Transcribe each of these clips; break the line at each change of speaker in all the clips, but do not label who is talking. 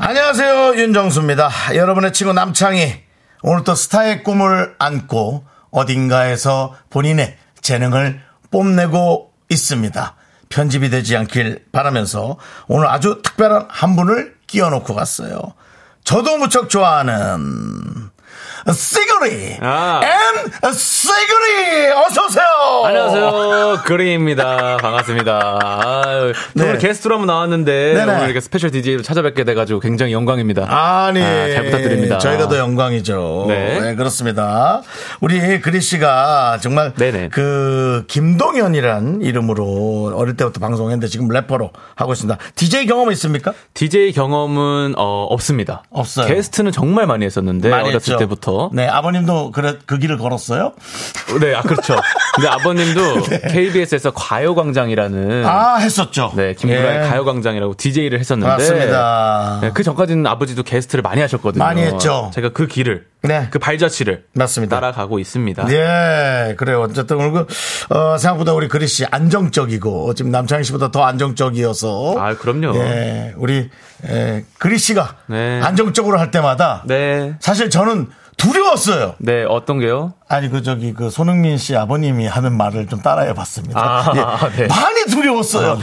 안녕하세요 윤정수입니다. 여러분의 친구 남창희 오늘 또 스타의 꿈을 안고 어딘가에서 본인의 재능을 뽐내고 있습니다. 편집이 되지 않길 바라면서 오늘 아주 특별한 한 분을 끼워놓고 갔어요. 저도 무척 좋아하는 시그리
아.
앤 시그리 어서 오세요.
안녕하세요. 어. 그리입니다. 반갑습니다. 아유,
네.
오늘 게스트로 한번 나왔는데
네네.
오늘 이렇게 스페셜 DJ로 찾아뵙게 돼가지고 굉장히 영광입니다.
아니
아, 잘 부탁드립니다.
저희가 더 영광이죠. 네,
네.
그렇습니다. 우리 그리 씨가 정말
네네.
그 김동현이란 이름으로 어릴 때부터 방송했는데 지금 래퍼로 하고 있습니다. DJ 경험 있습니까?
DJ 경험은 어, 없습니다.
없어요.
게스트는 정말 많이 했었는데
많이
네, 어렸을
했죠.
때부터.
네, 아버님도 그래 그 길을 걸었어요.
네, 아 그렇죠. 근데 아버님도 KBS에서 가요광장이라는
네. 아, 했었죠.
네 김구라의
예.
가요광장이라고 DJ를 했었는데
맞습니다.
네, 그 전까지는 아버지도 게스트를 많이 하셨거든요.
많이 했죠.
제가 그 길을
네.
그 발자취를
맞습니다.
따라가고 있습니다. 아.
예, 그래요. 어쨌든 오늘 그, 어, 생각보다 우리 그리 씨 안정적이고 지금 남창희 씨보다 더 안정적이어서.
아, 그럼요.
예, 우리 예, 그리 씨가
네.
안정적으로 할 때마다
네.
사실 저는 두려웠어요.
네, 어떤 게요?
아니 그 저기 그 손흥민 씨 아버님이 하는 말을 좀 따라해봤습니다.
아,
예,
네.
많이 두려웠어요.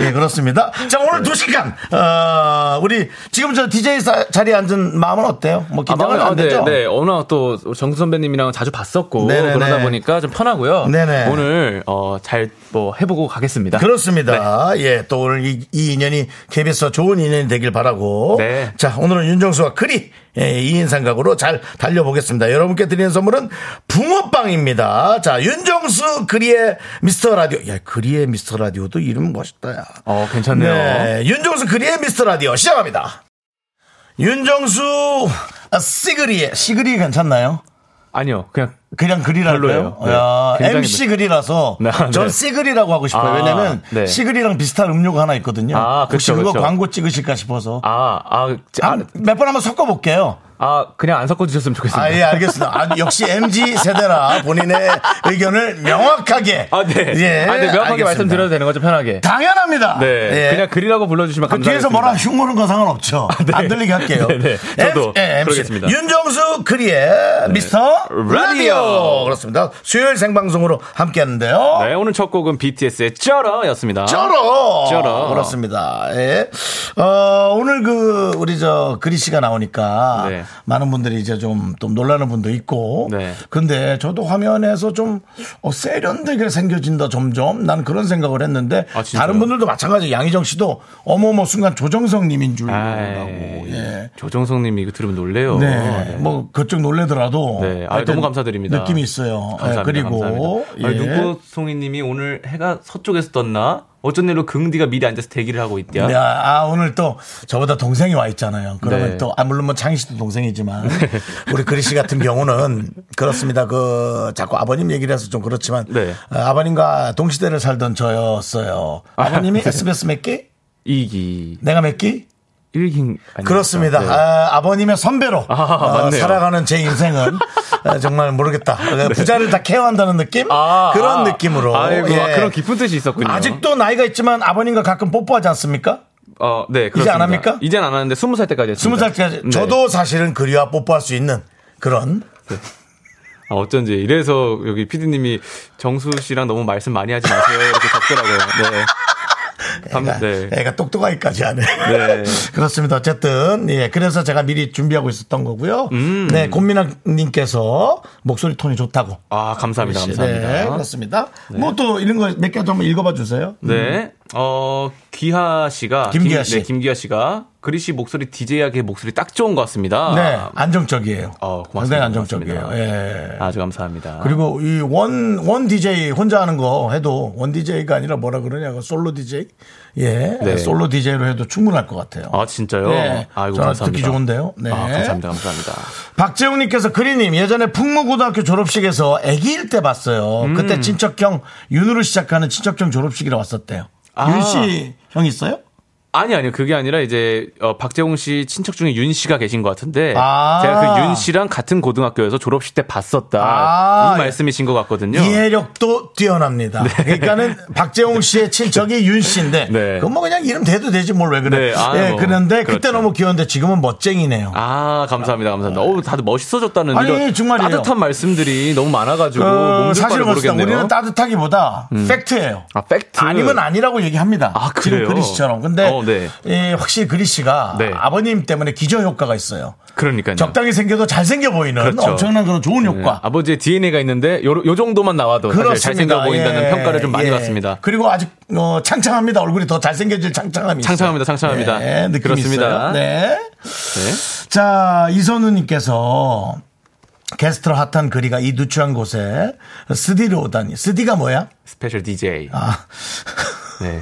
예, 그렇습니다. 자, 오늘 두 시간, 어, 우리, 지금 저 DJ 사- 자리에 앉은 마음은 어때요? 뭐, 긴장은
아,
안
네,
되죠?
네, 워낙 또 정수 선배님이랑 자주 봤었고
네네네.
그러다 보니까 좀 편하고요.
네네.
오늘 어, 잘 뭐 해보고 가겠습니다.
그렇습니다.
네.
예, 또 오늘 이, 이 인연이 KBS와 좋은 인연이 되길 바라고.
네.
자, 오늘은 윤정수와 그리 예, 2인상 각으로 잘 달려보겠습니다. 여러분께 드리는 선물은 붕어빵입니다. 자, 윤정수 그리의 미스터 라디오. 야, 그리의 미스터 라디오도 이름 멋있다, 야.
어, 괜찮네요.
네, 윤정수 그리의 미스터 라디오 시작합니다. 윤정수 아, 시그리의 시그리 괜찮나요?
아니요, 그냥
그냥
별로예요.
그리랄까요?
네.
야,
굉장히
MC 그리라서
네, 네.
전 시그리라고 하고 싶어요.
아,
왜냐면
네.
시그리랑 비슷한 음료가 하나 있거든요.
아, 그쵸,
혹시 그거
그쵸.
광고 찍으실까 싶어서
아, 아, 자,
몇 번 한번 섞어볼게요.
아, 그냥 안 섞어주셨으면 좋겠습니다.
아, 예, 알겠습니다. 아, 역시 MG 세대라 본인의 의견을 명확하게.
아, 네.
예,
아, 네, 명확하게
알겠습니다.
말씀드려도 되는 거죠, 편하게.
당연하니다 예.
네. 그냥 그리라고 불러주시면
그 뒤에서
감사하겠습니다. 아,
뭐라 흉모는 건 상관없죠. 안 들리게 할게요.
네, 네.
M-
저도
예, MC.
그러겠습니다. 네.
윤정수 그리의 미스터 라디오.
라디오.
그렇습니다. 수요일 생방송으로 함께 하는데요.
네, 오늘 첫 곡은 BTS의 쩔어였습니다.
쩔어.
쩔어.
그렇습니다. 예. 어, 오늘 그, 우리 저, 그리 씨가 나오니까
네.
많은 분들이 이제 좀, 좀 놀라는 분도 있고.
네.
근데 저도 화면에서 좀 어, 세련되게 생겨진다 점점. 난 그런 생각을 했는데.
아, 진짜요?
다른 분들도 마찬가지. 양희정 씨도 어머머 순간 조정성님인 줄 알고.
아이,
예.
조정성님 이거 들으면 놀래요.
네.
네.
뭐, 그쪽 놀래더라도.
네.
어,
아,
하여튼
너무 감사드립니다.
느낌이 있어요. 예,
감사합니다.
그리고. 예.
감사합니다. 아니, 눈꽃송이님이 오늘 해가 서쪽에서 떴나? 어쩐 일로 긍디가 미리 앉아서 대기를 하고 있대야.
네, 아, 오늘 또 저보다 동생이 와 있잖아요. 그러면
네.
또, 아, 물론 뭐 창희 씨도 동생이지만, 우리 그리 씨 같은 경우는 그렇습니다. 그, 자꾸 아버님 얘기를 해서 좀 그렇지만,
네.
어, 아버님과 동시대를 살던 저였어요. 아버님이 SBS 몇 기?
이기
내가 몇 기?
일기 아니
그렇습니다. 아, 버님의 선배로
네. 아,
어,
맞네요. 네.
살아가는 제 인생은 아, 정말 모르겠다. 부자를 다 케어한다는 느낌?
아,
그런
아.
느낌으로.
아이고, 아,
예.
그런 깊은 뜻이 있었군요.
아직도 나이가 있지만 아버님과 가끔 뽀뽀하지 않습니까?
어, 네, 그렇습니다.
안 합니까?
이젠 안 하는데 스무 살 때까지 했습니다.
스무 살까지
네.
저도 사실은 그리와 뽀뽀할 수 있는 그런
아, 어쩐지 이래서 여기 PD님이 정수 씨랑 너무 말씀 많이 하지 마세요 이렇게 적더라고요. 네. 감-
애가,
네.
애가 똑똑하기까지 하네.
네.
그렇습니다. 어쨌든 예 그래서 제가 미리 준비하고 있었던 거고요.
음.
네 곰민아님께서 목소리 톤이 좋다고.
아, 감사합니다.
네
감사합니다.
그렇습니다. 뭐 또 이런 거 몇 개 좀 읽어봐 주세요.
네. 어, 귀하 씨가
음. 김기하
김-
씨.
네, 김기하 씨가 그리시 목소리 DJ하게 목소리 딱 좋은 것 같습니다.
네, 안정적이에요.
아. 어,
굉장히
고맙습니다.
안정적이에요.
고맙습니다.
예.
아주 감사합니다.
그리고 이 원, 원 DJ 혼자 하는 거 해도 원 DJ가 아니라 뭐라 그러냐, 그 솔로 DJ? 예.
네.
솔로 DJ로 해도 충분할 것 같아요.
아 진짜요?
네.
아이고
저는
감사합니다.
듣기 좋은데요? 네.
아, 감사합니다. 감사합니다.
박재웅님께서 그리님 예전에 풍무고등학교 졸업식에서 아기일 때 봤어요.
음.
그때 친척형 윤으로 시작하는 친척형 졸업식이라 왔었대요.
아.
윤씨 형 있어요?
아니 아니요 그게 아니라 이제 어, 박재홍 씨 친척 중에 윤 씨가 계신 것 같은데
아.
제가 그 윤 씨랑 같은 고등학교에서 졸업식 때 봤었다
아. 예.
이 말씀이신 것 같거든요.
이해력도 뛰어납니다. 그러니까는 박재홍 씨의 친척이 윤 씨인데
네.
그건 뭐 그냥 이름 대도 되지 뭘 왜 그래?
네, 아,
예,
뭐,
그런데 그때
그렇죠.
너무 귀여운데 지금은 멋쟁이네요.
아 감사합니다 감사합니다. 어우 다들 멋있어졌다는
아니,
이런
정말이에요. 그
따뜻한 말씀들이 너무 많아가지고 몸둘
어, 사실
바를
그렇다.
모르겠네요.
우리는 따뜻하기보다 팩트예요.
아 팩트
아니면 아니라고 얘기합니다.
아,
지금
그래요?
그리 씨처럼. 근데
어, 네.
예, 확실히 그리 씨가
네.
아버님 때문에 기저 효과가 있어요.
그러니까요.
적당히 생겨도 잘생겨 보이는
네. 그렇죠.
엄청난 그런 좋은
네,
효과.
아버지의 DNA가 있는데 요, 요 정도만 나와도 사실 잘생겨 보인다는
예,
평가를 좀 많이
예.
받습니다.
그리고 아직 어, 창창합니다. 얼굴이 더 잘생겨질 창창함이
창창합니다, 창창합니다.
있어요. 네, 느낌이
그렇습니다.
있어요. 네.
네.
자, 이선우님께서 게스트로 핫한 그리가 이 누추한 곳에 스디로 오다니. 스디가 뭐야?
스페셜 DJ.
아,
네.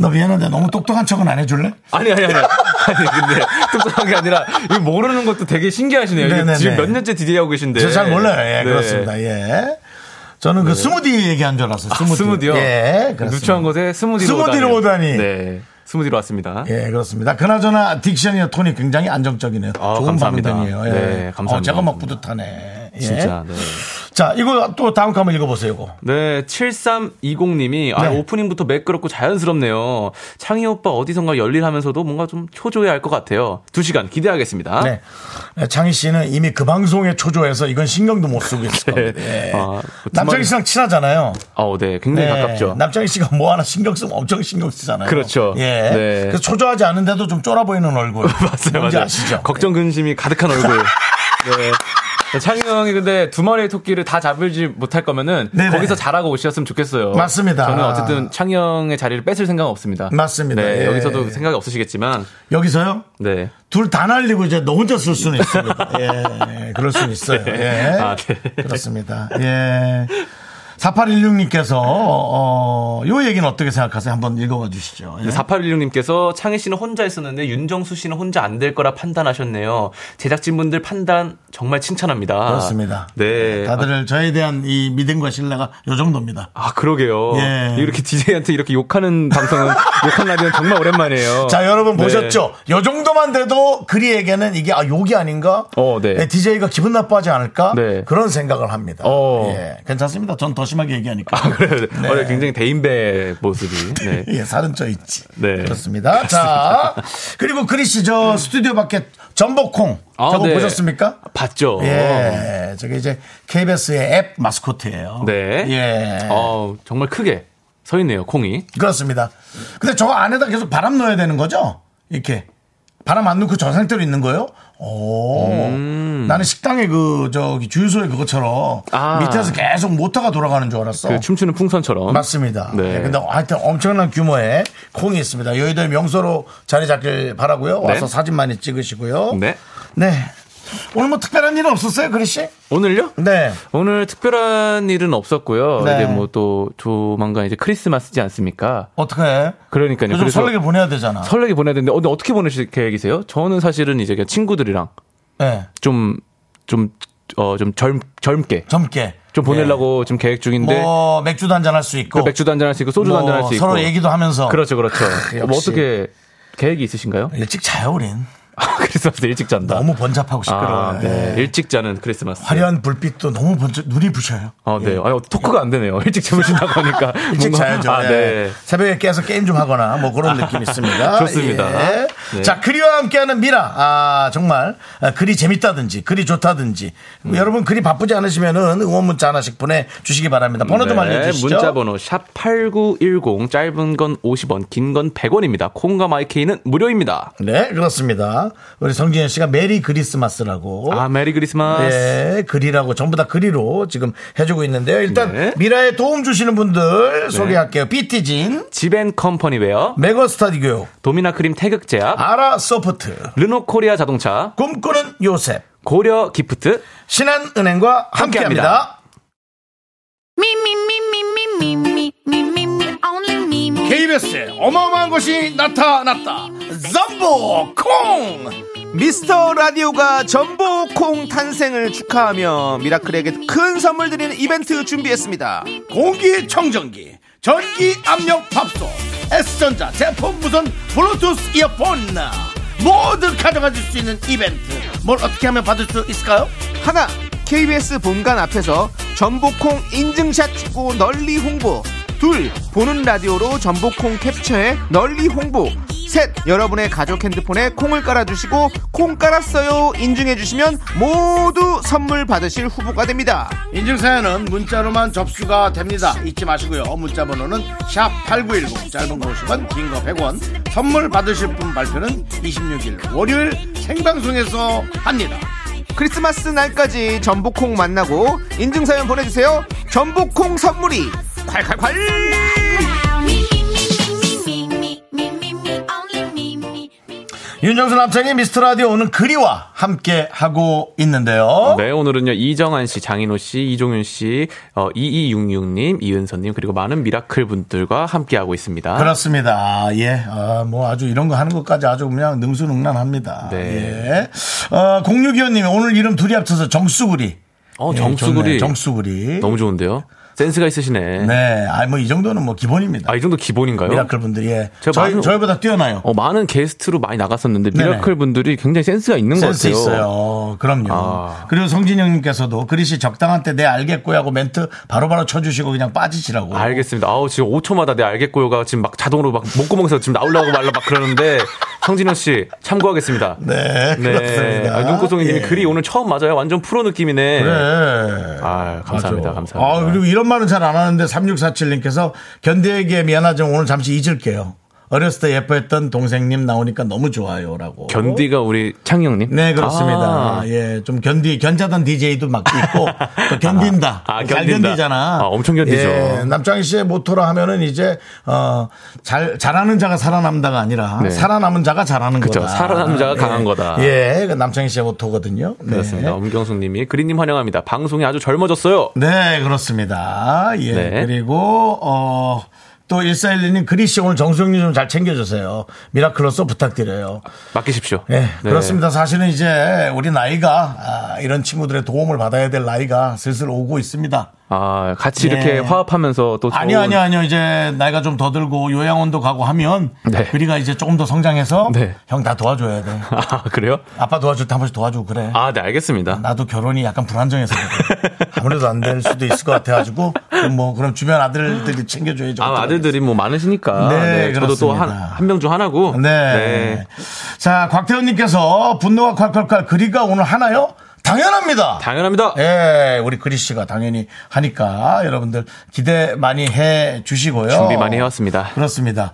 너 미안한데 너무 똑똑한 척은 안 해줄래?
아니 아니 아니 아니 근데 뚝뚝한 게 아니라 이거 모르는 것도 되게 신기하시네요. 이게
네네네.
지금 몇 년째 디제이 하고 계신데.
저 잘 몰라요. 예,
네.
그렇습니다. 예. 저는 그 스무디 얘기한 줄 알았어요. 스무디.
아, 스무디요.
예, 그렇습니다.
누추한 곳에 스무디로,
스무디로 오다니.
네, 스무디로 왔습니다.
예, 그렇습니다. 그나저나 딕션이나 톤이 굉장히 안정적이네요.
아,
좋은
감사합니다.
방송이에요. 예.
네, 감사합니다.
어, 제가 막 뿌듯하네. 예.
진짜. 네.
자, 이거 또 다음 거 한번 읽어보세요. 이거.
네, 7320님이 아,
네.
오프닝부터 매끄럽고 자연스럽네요. 창희 오빠 어디선가 열일하면서도 뭔가 좀 초조해 할것 같아요. 두 시간 기대하겠습니다.
네. 네, 창희 씨는 이미 그 방송에 초조해서 이건 신경도 못 쓰고 있을 겁니다. 예.
아, 그
남창희
주말에-
씨랑 친하잖아요.
어, 네, 굉장히
네.
가깝죠.
남창희 씨가 뭐 하나 신경 쓰면 엄청 신경 쓰잖아요.
그렇죠.
예.
네.
그래서 초조하지 않은데도 좀 쫄아 보이는 얼굴.
맞아요,
뭔지
맞아요.
아시죠? 네.
걱정 근심이 가득한 얼굴. 네. 창희 형이 근데 두 마리의 토끼를 다 잡을지 못할 거면은
네네.
거기서 잘하고 오셨으면 좋겠어요.
맞습니다. 아.
저는 어쨌든 창희 형의 자리를 뺏을 생각은 없습니다.
맞습니다.
네,
예.
여기서도 생각이 없으시겠지만,
여기서요?
네.
둘 다 날리고 이제 너 혼자 쓸 수는 있습니다. 예, 그럴 수는 있어요. 예.
아, 네.
그렇습니다. 예. 4816님께서, 어, 요 얘기는 어떻게 생각하세요? 한번 읽어봐 주시죠. 예.
4816님께서 창희 씨는 혼자 있었는데 윤정수 씨는 혼자 안 될 거라 판단하셨네요. 제작진분들 판단 정말 칭찬합니다.
그렇습니다. 예,
네.
다들 저에 대한 이 믿음과 신뢰가 요 정도입니다.
아, 그러게요.
예.
이렇게 DJ한테 이렇게 욕하는 방송은, 욕한 라디오는 정말 오랜만이에요.
자, 여러분
네.
보셨죠? 요 정도만 돼도 그리에게는 이게 아, 욕이 아닌가?
어, 네.
DJ가 기분 나빠하지 않을까?
네.
그런 생각을 합니다.
어.
예. 괜찮습니다. 전 더 심하게 얘기하니까.
아, 그래요? 네. 어, 굉장히 대인배 모습이. 네.
예, 살은 쪄 있지.
네.
그렇습니다. 자, 그리고 그리씨 저 스튜디오 밖에 전복콩
아,
저거
네. 어.
보셨습니까?
봤죠?
예, 저게 이제 KBS의 앱 마스코트예요.
네.
예,
어, 정말 크게 서 있네요, 콩이.
그렇습니다. 근데 저거 안에다 계속 바람 넣어야 되는 거죠? 이렇게 바람 안 넣고 저 상태로 있는 거예요? 오, 나는 식당에 그 저기 주유소에 그것처럼
음. 아.
밑에서 계속 모터가 돌아가는 줄 알았어.
그 춤추는 풍선처럼.
맞습니다.
네.
예, 근데 하여튼 엄청난 규모의 콩이 있습니다. 여의도의 명소로 자리 잡길 바라고요. 와서 사진 많이 찍으시고요.
네.
네. 오늘 뭐 특별한 일은 없었어요, 그리 씨?
오늘요?
네.
오늘 특별한 일은 없었고요.
네.
이제 뭐 또 조만간 이제 크리스마스지 않습니까?
어떻게 해?
그러니까요.
요즘
그래서
설레게 보내야 되잖아.
설레게 보내야 되는데, 근데 어떻게 보내실 계획이세요? 저는 사실은 이제 그냥 친구들이랑
네.
좀, 좀, 어, 좀 젊, 젊게
젊게.
좀 보내려고 지금 계획 중인데,
네.
그 네,
뭐 맥주도 한잔 할 수 있고.
맥주도 한잔할 수 있고, 소주도
뭐
한잔할 수 있고.
서로 얘기도 하면서.
그렇죠, 그렇죠. 뭐
역시.
어떻게 계획이 있으신가요?
일찍 자요, 우린.
아, 크리스마스 일찍 잔다.
너무 번잡하고 시끄러워요.
아, 네. 일찍 자는 크리스마스.
화려한 불빛도 너무 번쩍 눈이 부셔요.
아, 네. 아니, 토크가 안 되네요. 일찍 주무신다고 하니까.
일찍
뭔가-
자야죠.
아,
예.
네. 아,
새벽에 깨서 게임 좀 하거나 뭐 그런 느낌이 있습니다.
좋습니다.
예.
네.
자, 그리와 함께하는 미라. 아, 정말 아, 글이 재밌다든지 글이 좋다든지
음.
여러분 글이 바쁘지 않으시면은 응원 문자 하나씩 보내주시기 바랍니다. 번호 좀
네,
알려주시죠.
문자 번호 샵8910 짧은 건 50원, 긴 건 100원입니다. 콩과 마이케이는 무료입니다.
네, 그렇습니다. 우리 성진현 씨가 메리 그리스마스라고.
아, 메리 그리스마스.
어? 네, 글이라고 전부 다 글이로 지금 해주고 있는데요. 일단
네.
미라에 도움 주시는 분들 소개할게요. 비티진,
지벤 컴퍼니웨어,
메가스타디 교육,
도미나 크림 태극제약,
아라 소프트,
르노 코리아 자동차,
꿈꾸는 요셉,
고려 기프트,
신한은행과 함께합니다.
함께합니다.
Me, me, me, me, me, me, me, me, me, me, only me, me.
KBS에 어마어마한 것이 나타났다. 전보 콩.
미스터 라디오가 전보콩 탄생을 축하하며 미라클에게 큰 선물 드리는 이벤트 준비했습니다.
공기청정기, 전기압력밥솥, S전자 제품 무선 블루투스 이어폰 모두 가져가실 수 있는 이벤트 뭘 어떻게 하면 받을 수 있을까요?
하나, KBS 본관 앞에서 전보콩 인증샷 찍고 널리 홍보. 둘, 보는 라디오로 전보콩 캡처해 널리 홍보. 셋, 여러분의 가족 핸드폰에 콩을 깔아주시고 콩 깔았어요 인증해주시면 모두 선물 받으실 후보가 됩니다.
인증사연은 문자로만 접수가 됩니다 잊지 마시고요 문자 번호는 샵 8910 짧은 거 50원 긴 거 100원 선물 받으실 분 발표는 26일 월요일 생방송에서 합니다
크리스마스 날까지 전복콩 만나고 인증사연 보내주세요. 전복콩 선물이
Me, me, me, me, me, me, me, me, me, only me, me.
윤정수 남창의 미스터라디오 오늘 그리와 함께 하고 있는데요
네, 오늘은요, 이정한 씨, 장인호 씨, 이종윤 씨, 어, 2266님, 이은서님, 그리고 많은 미라클 분들과 함께하고 있습니다.
그렇습니다. 예. 아, 뭐 아주 이런 거 하는 것까지 아주 그냥 능수능란합니다.
네.
예. 어, 0625님이 오늘 이름 둘이 합쳐서 정수구리.
어,
예,
정수구리.
좋네. 정수구리.
너무 좋은데요? 센스가 있으시네.
네. 아, 뭐 이 정도는 뭐 기본입니다.
아, 이 정도 기본인가요?
미라클 분들이. 예.
제가
저희,
많은-
저희보다 뛰어나요.
어, 많은 게스트로 많이 나갔었는데,
네네.
미라클 분들이 굉장히 센스가 있는
센스
것 같아요.
있어요. 그럼요.
아.
그리고 성진영님께서도 그릇이 적당한 때 내 알겠고요 하고 멘트 바로바로 쳐주시고 그냥 빠지시라고.
알겠습니다. 아우, 지금 5초마다 내 알겠고요가 지금 막 자동으로 막 목구멍에서 지금 나오려고 말라 막 그러는데, 성진호 씨, 참고하겠습니다.
네, 그렇습니다.
아, 눈꽃송이님이
예.
글이 오늘 처음 맞아요. 완전 프로 느낌이네.
네.
아, 감사합니다.
맞아.
감사합니다.
아, 그리고 이런 말은 잘 안 하는데 3647님께서 견디에게 미안하지만 오늘 잠시 잊을게요. 어렸을 때 예뻐했던 동생님 나오니까 너무 좋아요라고.
견디가 우리 창희 형님?
네, 그렇습니다.
아.
예, 좀 견디, 견자던 DJ도 막 있고, 또 견딘다.
아, 아,
잘
견딘다.
견디잖아.
아, 엄청 견디죠.
예, 남창희 씨의 모토라 하면은 이제, 어, 잘, 잘하는 자가 살아남다가 아니라,
네.
살아남은 자가 잘하는
그쵸.
거다.
살아남은 자가
예.
강한 거다.
예, 그 남창희 씨의 모토거든요. 네.
그렇습니다. 엄경숙님이 그린님 환영합니다. 방송이 아주 젊어졌어요.
네, 그렇습니다. 예.
네.
그리고, 어, 또 1412님 그리씨 오늘 정수영님 좀 잘 챙겨주세요. 미라클로서 부탁드려요.
맡기십시오.
예,
네.
그렇습니다. 사실은 이제 우리 나이가, 아, 이런 친구들의 도움을 받아야 될 나이가 슬슬 오고 있습니다.
아, 같이
예.
이렇게 화합하면서 또
아니요,
좋은-
아니요, 아니요. 이제 나이가 좀 더 들고 요양원도 가고 하면
네.
그리가 이제 조금 더 성장해서
네.
형 다 도와줘야 돼.
아, 그래요?
아빠 도와줄 때 한 번씩 도와주고 그래.
아, 네, 알겠습니다.
나도 결혼이 약간 불안정해서 그래. 아무래도 안 될 수도 있을 것 같아가지고 그럼 뭐 그럼 주변 아들들이 챙겨줘야죠.
아, 아들들이 뭐 많으시니까.
네,
저도 또 한,
그렇습니다.
한 명 중 하나고.
네. 자 곽태훈님께서 분노가 콸콸콸 그리가 오늘 하나요? 당연합니다.
당연합니다.
예, 우리 그리 씨가 당연히 하니까 여러분들 기대 많이 해 주시고요.
준비 많이 해왔습니다.
그렇습니다.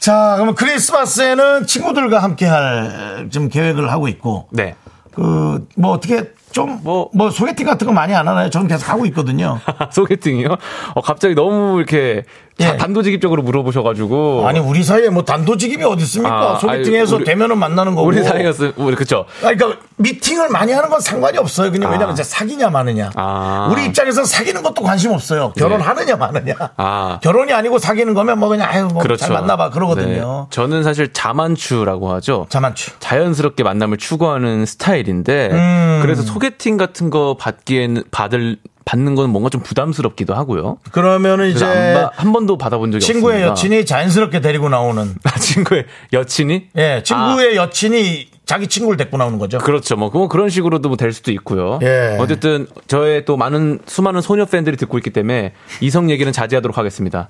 자, 그러면 크리스마스에는 친구들과 함께 할좀 계획을 하고 있고
네.
그 뭐 어떻게 좀 뭐
뭐-
소개팅 같은 거 많이 안 하나요? 저는 계속 하고 있거든요.
소개팅이요? 어, 갑자기 너무 이렇게 자-
예.
단도직입적으로 물어보셔가지고.
아니 우리 사이에 뭐 단도직입이 어디 있습니까?
아,
소개팅에서
아니, 우리-
되면은 만나는 거고.
우리 사이였어요. 우리, 그쵸.
아니, 그러니까 미팅을 많이 하는 건 상관이 없어요. 그냥 왜냐면 이제 사귀냐 마느냐.
아.
우리 입장에서 사귀는 것도 관심 없어요. 결혼하느냐 마느냐.
아.
결혼이 아니고 사귀는 거면 뭐 그냥 아유 뭐잘
그렇죠.
만나봐 그러거든요.
네. 저는 사실 자만추라고 하죠.
자만추.
자연스럽게 만남을 추구하는 스타일인데
음.
그래서 소개팅 같은 거 받기에는 받을 받는 건 뭔가 좀 부담스럽기도 하고요.
그러면은
그래서 안
이제
봐- 한 번도 받아본 적이
친구의
없습니다.
여친이 자연스럽게 데리고 나오는.
아, 친구의 여친이
예,
아,
친구의 여친이 자기 친구를 데리고 나오는 거죠.
그렇죠. 뭐, 그 그런 식으로도 뭐 될 수도 있고요.
예.
어쨌든, 저의 또 많은, 수많은 소녀 팬들이 듣고 있기 때문에, 이성 얘기는 자제하도록 하겠습니다.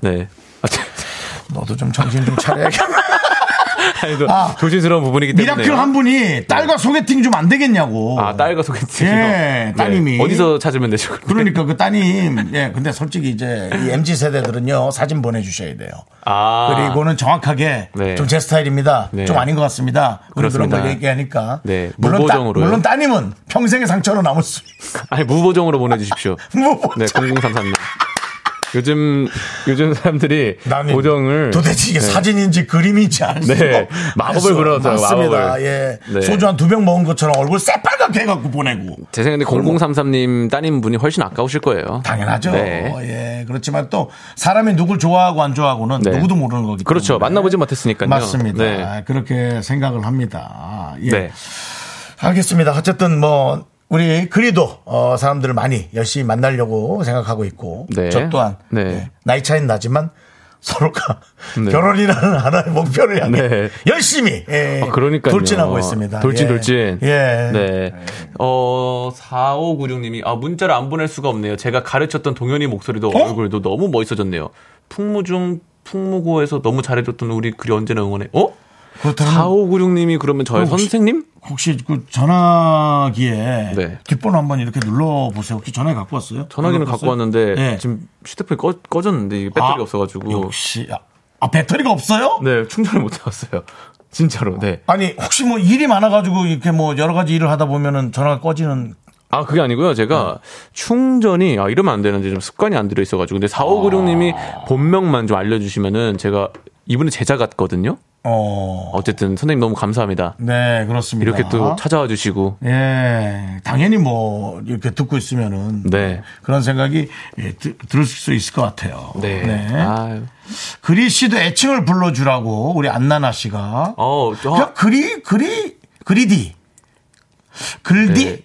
네.
너도 좀 정신 좀 차려야겠다.
아니, 또
아,
조심스러운 부분이기 때문에. 네.
미라클 한 분이 딸과 소개팅 좀 안 되겠냐고.
아, 딸과 소개팅. 네.
예, 따님이.
어디서 찾으면 되죠?
그러니까 그 따님, 예, 근데 솔직히 이제 이 MZ 세대들은요, 사진 보내주셔야 돼요.
아.
그리고는 정확하게
네.
좀 제 스타일입니다.
네.
좀 아닌 것 같습니다. 그런 그런
그렇습니다.
걸 얘기하니까.
네,
물론, 따,
무보정으로요.
물론 따님은 평생의 상처로 남을 수
아니, 무보정으로 보내주십시오.
무보정.
네, 0033님. 요즘, 요즘 사람들이
나는
보정을.
도대체 이게
네.
사진인지 그림인지 알 수.
네.
없-
마법을
알수
부렸어요,
맞습니다.
마법을.
예.
네.
소주 한 두 병 먹은 것처럼 얼굴 새빨갛게 해갖고 보내고.
제 생각에 0033님 따님분이 훨씬 아까우실 거예요.
당연하죠.
네.
예. 그렇지만 또 사람이 누굴 좋아하고 안 좋아하고는
네.
누구도 모르는 거기 때문에.
그렇죠. 만나보지 못했으니까요.
맞습니다.
네.
그렇게 생각을 합니다. 예.
네.
알겠습니다. 어쨌든 뭐 우리 그리도 어, 사람들을 많이 열심히 만나려고 생각하고 있고
네.
저 또한
네.
예, 나이 차이는 나지만 서로가
네.
결혼이라는 하나의 목표를 향해
네.
열심히 예,
아, 그러니까요.
돌진하고 있습니다.
돌진,
예.
돌진.
예.
네. 어, 4596님이, 아, 문자를 안 보낼 수가 없네요. 제가 가르쳤던 동현이 목소리도
어?
얼굴도 너무 멋있어졌네요. 풍무중, 풍무고에서 너무 잘해줬던 우리 그리 언제나 응원해. 어?
그렇다면
4596님이 그러면 저의
어, 혹시-
선생님?
혹시 그 전화기에
네.
뒷번호 한번 이렇게 눌러 보세요. 혹시 전화기 갖고 왔어요?
전화기는
눌렀어요?
갖고 왔는데,
예.
지금 휴대폰이 꺼, 꺼졌는데, 이게 배터리가
아,
없어가지고.
역시 아, 아, 배터리가 없어요?
네, 충전을 못해왔어요. 진짜로, 네.
아니 혹시 뭐 일이 많아가지고 이렇게 뭐 여러 가지 일을 하다 보면은 전화가 꺼지는
아, 그게 아니고요. 제가
네.
충전이, 아, 이러면 안 되는데 좀 습관이 안 들어있어가지고. 근데
아.
4596님이 본명만 좀 알려주시면은 제가 이분은 제자 같거든요.
어.
어쨌든 선생님 너무 감사합니다.
네, 그렇습니다.
이렇게 또 찾아와 주시고.
예, 당연히 뭐, 이렇게 듣고 있으면은.
네.
그런 생각이 예, 드- 들을 수 있을 것 같아요.
네. 아유.
그리 씨도 애칭을 불러주라고, 우리 안나나 씨가.
어, 저-
그냥 그리, 그리, 그리디. 글디?
네.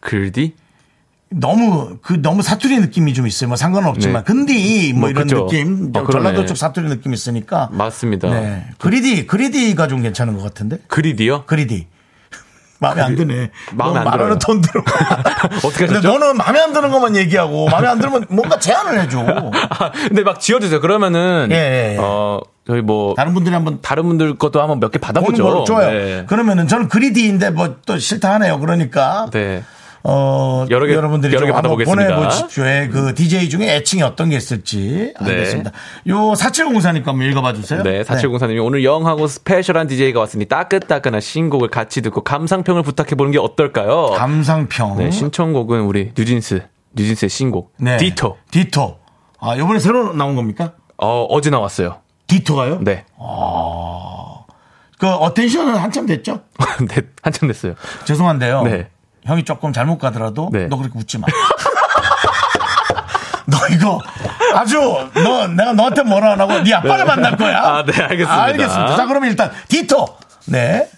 글디?
너무, 그, 너무 사투리 느낌이 좀 있어요. 뭐 상관은 없지만.
네.
근디, 뭐,
뭐,
이런
그쵸.
느낌.
어, 그러네.
전라도 쪽 사투리 느낌 있으니까.
맞습니다.
네. 그리디, 그리디가 좀 괜찮은 것 같은데.
글이디요?
그리디. 마음에 안 드네. 너무
마음에 안
말하는
들어요.
톤 들어.
어떻게
근데
하셨죠?
너는 마음에 안 드는 것만 얘기하고 마음에 안 들면 뭔가 제안을 해줘.
아, 근데 막 지어주세요. 그러면은,
예, 예, 예.
어, 저희 뭐,
다른 분들이 한번
다른 분들 것도 한번 몇 개
보는 걸로
받아보죠.
줘요.
네.
그러면은 저는 그리디인데 뭐 또 싫다 하네요. 그러니까
네.
어
여러 개,
여러분들이
여러
좀
개
한번
받아보겠습니다.
보내보십시오. 예, 그 DJ 중에 애칭이 어떤 게 있을지 알겠습니다. 요 사칠공사니까 한번 읽어봐 주세요.
네, 4704님이 오늘 영하고 스페셜한 DJ가 왔으니 따끈따끈한 신곡을 같이 듣고 감상평을 부탁해보는 게 어떨까요?
감상평. 음.
네, 신청곡은 우리 뉴진스, 뉴진스의 신곡.
네.
디토.
디토. 아 이번에 새로 나온 겁니까?
어, 어제 나왔어요.
디토가요?
네.
그 어텐션은 한참 됐죠?
네, 한참 됐어요.
죄송한데요.
네.
형이 조금 잘못 가더라도
네.
너 그렇게 웃지 마. 너 이거 아주 너 내가 너한테 뭐라 안 하고 네 아빠를 만날 거야.
아, 네, 알겠습니다.
알겠습니다. 자, 그러면 일단 디토. 네.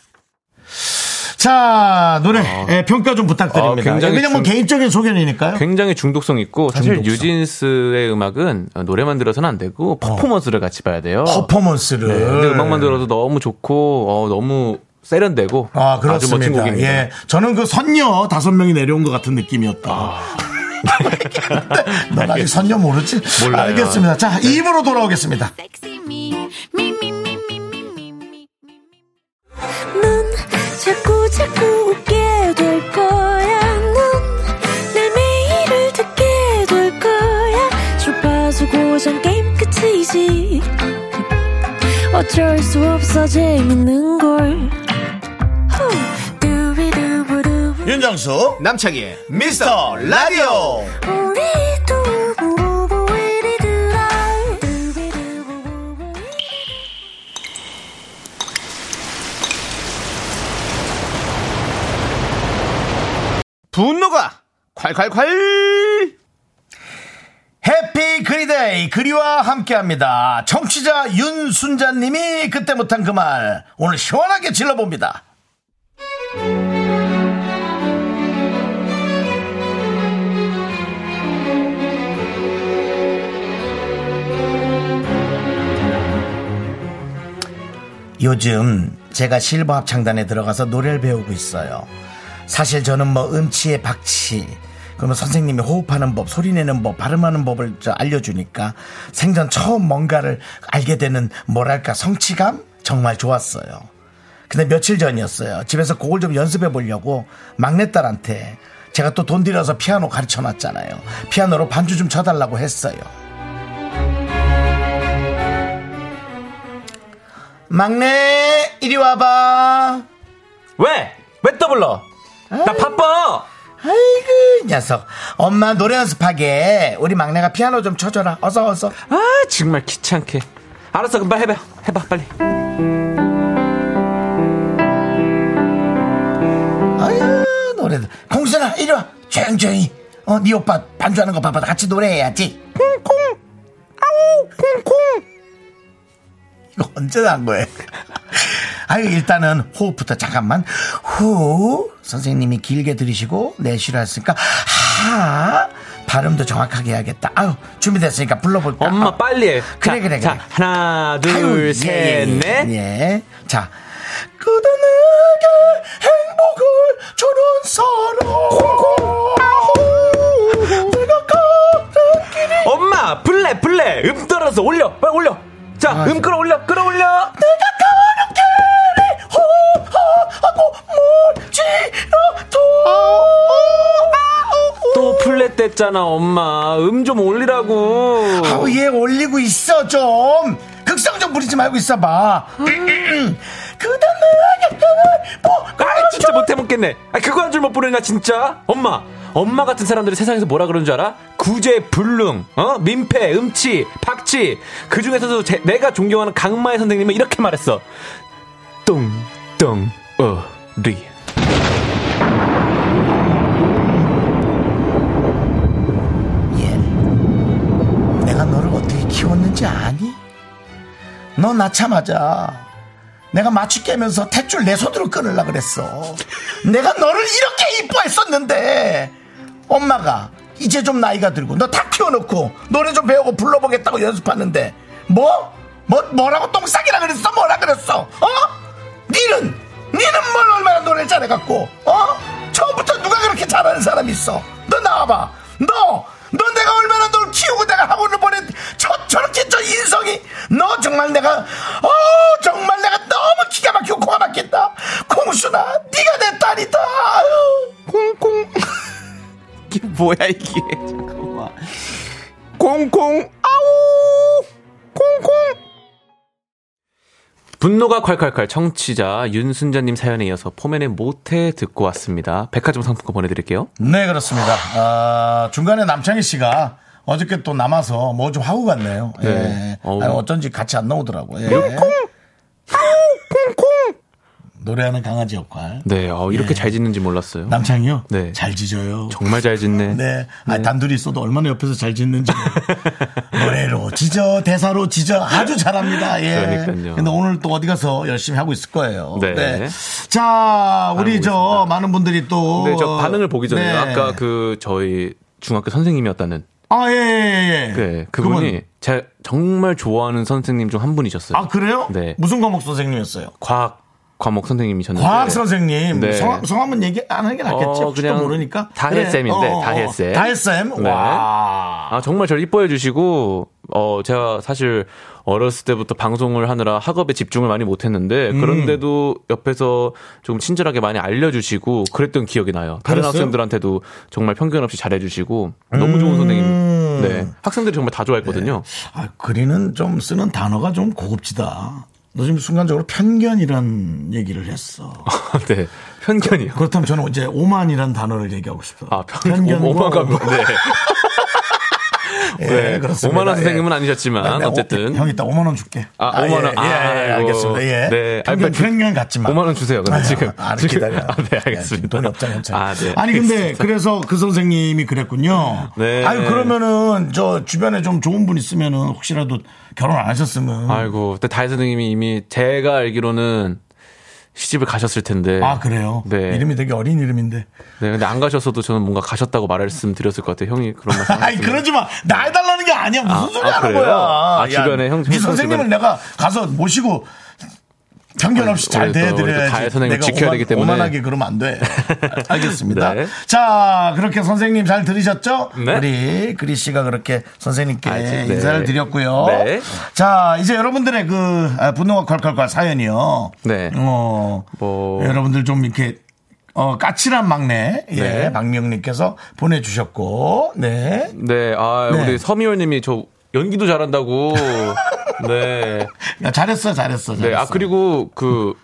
자, 노래 예, 평가 좀 부탁드립니다.
어, 굉장히
그냥 뭐
중-
개인적인 소견이니까요.
굉장히 중독성 있고 사실
중독성.
뉴진스의 음악은 노래만 들어서는 안 되고 퍼포먼스를 같이 봐야 돼요. 네, 근데
퍼포먼스를
음악만 들어도 너무 좋고 어, 너무 세련되고
아,
주 멋진
그렇습니다.
곡입니다.
예. 저는 그 선녀 다섯 명이 내려온 것 같은 느낌이었다.
아.
넌 아직 선녀 모르지?
몰라요. 네.
알겠습니다. 자, 입으로 돌아오겠습니다.
Sexy me, me, me, me, me, me, me, me, me.
넌 자꾸 자꾸 웃게 될 거야. 넌내 매일을 듣게 될 거야. 주파수 고정 게임 끝이지. 어쩔 수 없어 재밌는 걸. 후. 두비두부두.
윤정수,
남창희의
미스터 라디오.
우리 두부부부 우리들아. 두비두부부부 우리.
분노가 콸콸콸
해피 그리데이, 그리와 함께 합니다. 청취자 윤순자님이 그때 못한 그 말, 오늘 시원하게 질러봅니다. 요즘 제가 실버 합창단에 들어가서 노래를 배우고 있어요. 사실 저는 뭐 음치의 박치, 그러면 선생님이 호흡하는 법, 소리 내는 법, 발음하는 법을 저 알려주니까 생전 처음 뭔가를 알게 되는 뭐랄까 성취감? 정말 좋았어요. 근데 며칠 전이었어요. 집에서 곡을 좀 연습해 보려고 막내딸한테 제가 또 돈 들여서 피아노 가르쳐 놨잖아요. 피아노로 반주 좀 쳐달라고 했어요. 막내, 이리 와봐.
왜? 왜 또 불러? 나 바빠!
아이고, 이 녀석. 엄마 노래 연습하게. 우리 막내가 피아노 좀 쳐줘라. 어서, 어서.
아, 정말 귀찮게. 알았어, 금방 해봐. 해봐, 빨리.
아유 노래들 공순아 이리 와 조용조용히 어, 네 오빠 반주하는 거 봐봐 같이 노래해야지 콩콩 아우 콩콩 이거 언제 난 거예요 아유 일단은 호흡부터 잠깐만 후 선생님이 길게 들이시고 내쉬라 했으니까 하 발음도 정확하게 해야겠다 아유 준비됐으니까 불러볼까
엄마,
어.
빨리 해.
그래,
자,
그래,
자,
그래.
하나,
아유, 예,
둘, 셋,
예,
넷.
예, 예. 자, 끝없는 게 행복을 주는 사랑. 내가 가는 길이
엄마, 불래, 불래. 음 떨어서 올려. 빨리 올려. 자,
아,
음 끌어올려, 끌어올려.
호하고 멀지라도.
또 플랫 됐잖아, 엄마. 음 좀 올리라고.
아우 얘 올리고 있어 좀 극성 좀 부리지 말고 있어봐. 끝없는 게 뭐.
아, 진짜 못 해먹겠네. 아, 그거 한 줄 못 부르냐, 진짜? 엄마. 엄마 같은 사람들이 세상에서 뭐라 그러는 줄 알아? 구제, 불능, 어? 민폐, 음치, 박치. 그 중에서도 제- 내가 존경하는 강마의 선생님은 이렇게 말했어. 똥, 똥, 어, 리.
얘, 내가 너를 어떻게 키웠는지 아니? 너 낳자마자 내가 마취 깨면서 탯줄 내 손으로 끊으려 그랬어. 내가 너를 이렇게 이뻐했었는데 엄마가 이제 좀 나이가 들고 너 다 키워놓고 노래 좀 배우고 불러보겠다고 연습하는데 뭐? 뭐 뭐라고 똥싸기라 그랬어? 뭐라 그랬어? 어? 니는 니는 뭘 얼마나 노래를 잘해갖고 어? 처음부터 누가 그렇게 잘하는 사람이 있어? 너 나와봐. 너. 너 내가 얼마나 널 키우고 내가 학원을 보냈 저 저렇게 저 인성이 너 정말 내가 어 정말 내가 너무 기가 막히고 코가 막힌다 공수나 네가 내 딸이다 아유.
콩콩 이게 뭐야 이게 잠깐만 콩콩 아우 콩콩
분노가 콸콸콸 청취자 윤순자님 사연에 이어서 포맨의 모태 듣고 왔습니다. 백화점 상품권 보내드릴게요.
네 그렇습니다. 아, 중간에 남창희 씨가 어저께 또 남아서 뭐 좀 하고 갔네요. 예.
네. 어우.
아니, 어쩐지 같이 안 나오더라고요. 예. 노래하는 강아지 역할.
네, 어, 이렇게 잘 짓는지 몰랐어요.
남창이요?
네.
잘 지져요.
정말 잘 짓네.
네. 아니, 단둘이 있어도 얼마나 옆에서 잘 짓는지. 노래로 지져, 대사로 지져 아주 잘합니다. 예.
그러니까요.
근데 오늘 또 어디 가서 열심히 하고 있을 거예요.
네.
자, 우리 저
있습니다.
많은 분들이 또.
근데 저 반응을 보기 전에
네.
아까 그 저희 중학교 선생님이었다는
아, 예, 예, 예.
네, 그분이
그분.
제가 정말 좋아하는 선생님 중 한 분이셨어요.
아, 그래요?
네.
무슨 과목 선생님이었어요?
과학 과목 선생님이셨는데
과학 선생님.
네.
성함, 성함은 얘기 안 하는 게 낫겠지.
어,
혹시 또
그냥
모르니까. 네. 어,
다혜쌤인데, 다혜쌤.
다혜쌤.
네.
와.
아 정말 저를 이뻐해 주시고 어 제가 사실 어렸을 때부터 방송을 하느라 학업에 집중을 많이 못했는데
음.
그런데도 옆에서 좀 친절하게 많이 알려주시고 그랬던 기억이 나요. 다른
그랬어요?
학생들한테도 정말 편견 없이 잘해주시고 너무
음.
좋은 선생님. 네 학생들이 정말 다 좋아했거든요.
아, 그리는 좀 쓰는 단어가 좀 고급지다. 너 지금 순간적으로 편견이란 얘기를 했어.
네, 편견이요.
그렇다면 저는 이제 오만이란 단어를 얘기하고 싶어요.
아 편, 견 오만감. 네.
예,
네,
그렇습니다.
오만한 선생님은
예.
아니셨지만
네, 네,
어쨌든
오, 형 이따 5만 원 줄게.
아, 5만 원.
예, 예,
아,
예, 예,
아이고.
알겠습니다. 예.
네.
편견,
아니,
편견 같지만.
5만 원 주세요. 근데
아,
지금
아,
지금-
기다려.
아, 네, 알겠습니다.
돈이 없잖아, 없잖아.
아, 네.
아니 근데 그래서 그 선생님이 그랬군요.
네.
아유 그러면은 저 주변에 좀 좋은 분 있으면은 혹시라도 결혼 안 하셨으면
아이고, 그때 다혜 선생님이 이미 제가 알기로는 시집을 가셨을 텐데.
아 그래요.
네.
이름이 되게 어린 이름인데.
네, 근데 안 가셔서도 저는 뭔가 가셨다고 말씀드렸을 것 같아요. 형이 그런 말씀.
아이 그러지 마. 나 해달라는 게 아니야. 무슨
아,
소리
아,
하는
그래요?
거야. 네
아,
야,
주변에 형-
네
형
선생님을
주변에-
내가 가서 모시고 편견 없이 잘
오늘 또 우리 또
대해드려야지.
가해 네, 선생님 지켜야 되기 때문에.
오만하게 그러면 안 돼. 알겠습니다.
네.
자, 그렇게 선생님 잘 들으셨죠?
네.
우리 그리 씨가 그렇게 선생님께
아, 네.
인사를 드렸고요.
네.
자, 이제 여러분들의 그 아, 분노가 콸콸콸 사연이요.
네.
어,
뭐.
여러분들 좀 이렇게 어, 까칠한 막내, 예,
네.
박명님께서 보내주셨고, 네.
네, 아
네.
우리 서미월님이 저 연기도 잘한다고. 네,
야, 잘했어, 잘했어, 잘했어.
네. 아 그리고 그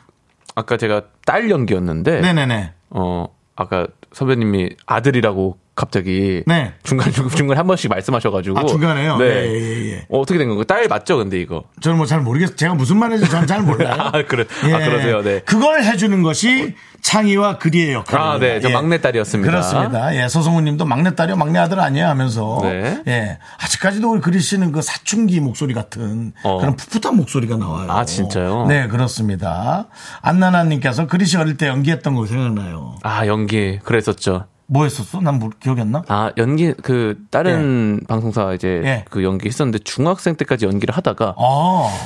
아까 제가 딸 연기였는데,
네네네.
어 아까 선배님이 아들이라고 갑자기
네.
중간 중간 중간 한 번씩 말씀하셔가지고
아, 중간에요?
네.
예, 예, 예.
어, 어떻게 된 건가? 요딸 맞죠? 근데 이거.
저는 뭐 잘 모르겠어요. 제가 무슨 말인지 저는 잘 몰라요. 예.
아, 그래. 아, 그러세요. 네.
그걸 해주는 것이 창의와 그리의 역할입니다.
아, 네. 저
예.
막내딸이었습니다.
그렇습니다. 예, 서성우 님도 막내딸이요, 막내아들 아니야 하면서.
네.
예. 아직까지도 우리 그리 씨는 그 사춘기 목소리 같은
어.
그런 풋풋한 목소리가 나와요.
아, 진짜요?
네, 그렇습니다. 안나나 님께서 그리 씨 어릴 때 연기했던 거 생각나요.
아, 연기. 그랬었죠.
뭐 했었어? 난 뭐, 기억이 안 나?
아, 연기, 그, 다른 방송사 이제
예.
그 연기 했었는데 중학생 때까지 연기를 하다가,
아,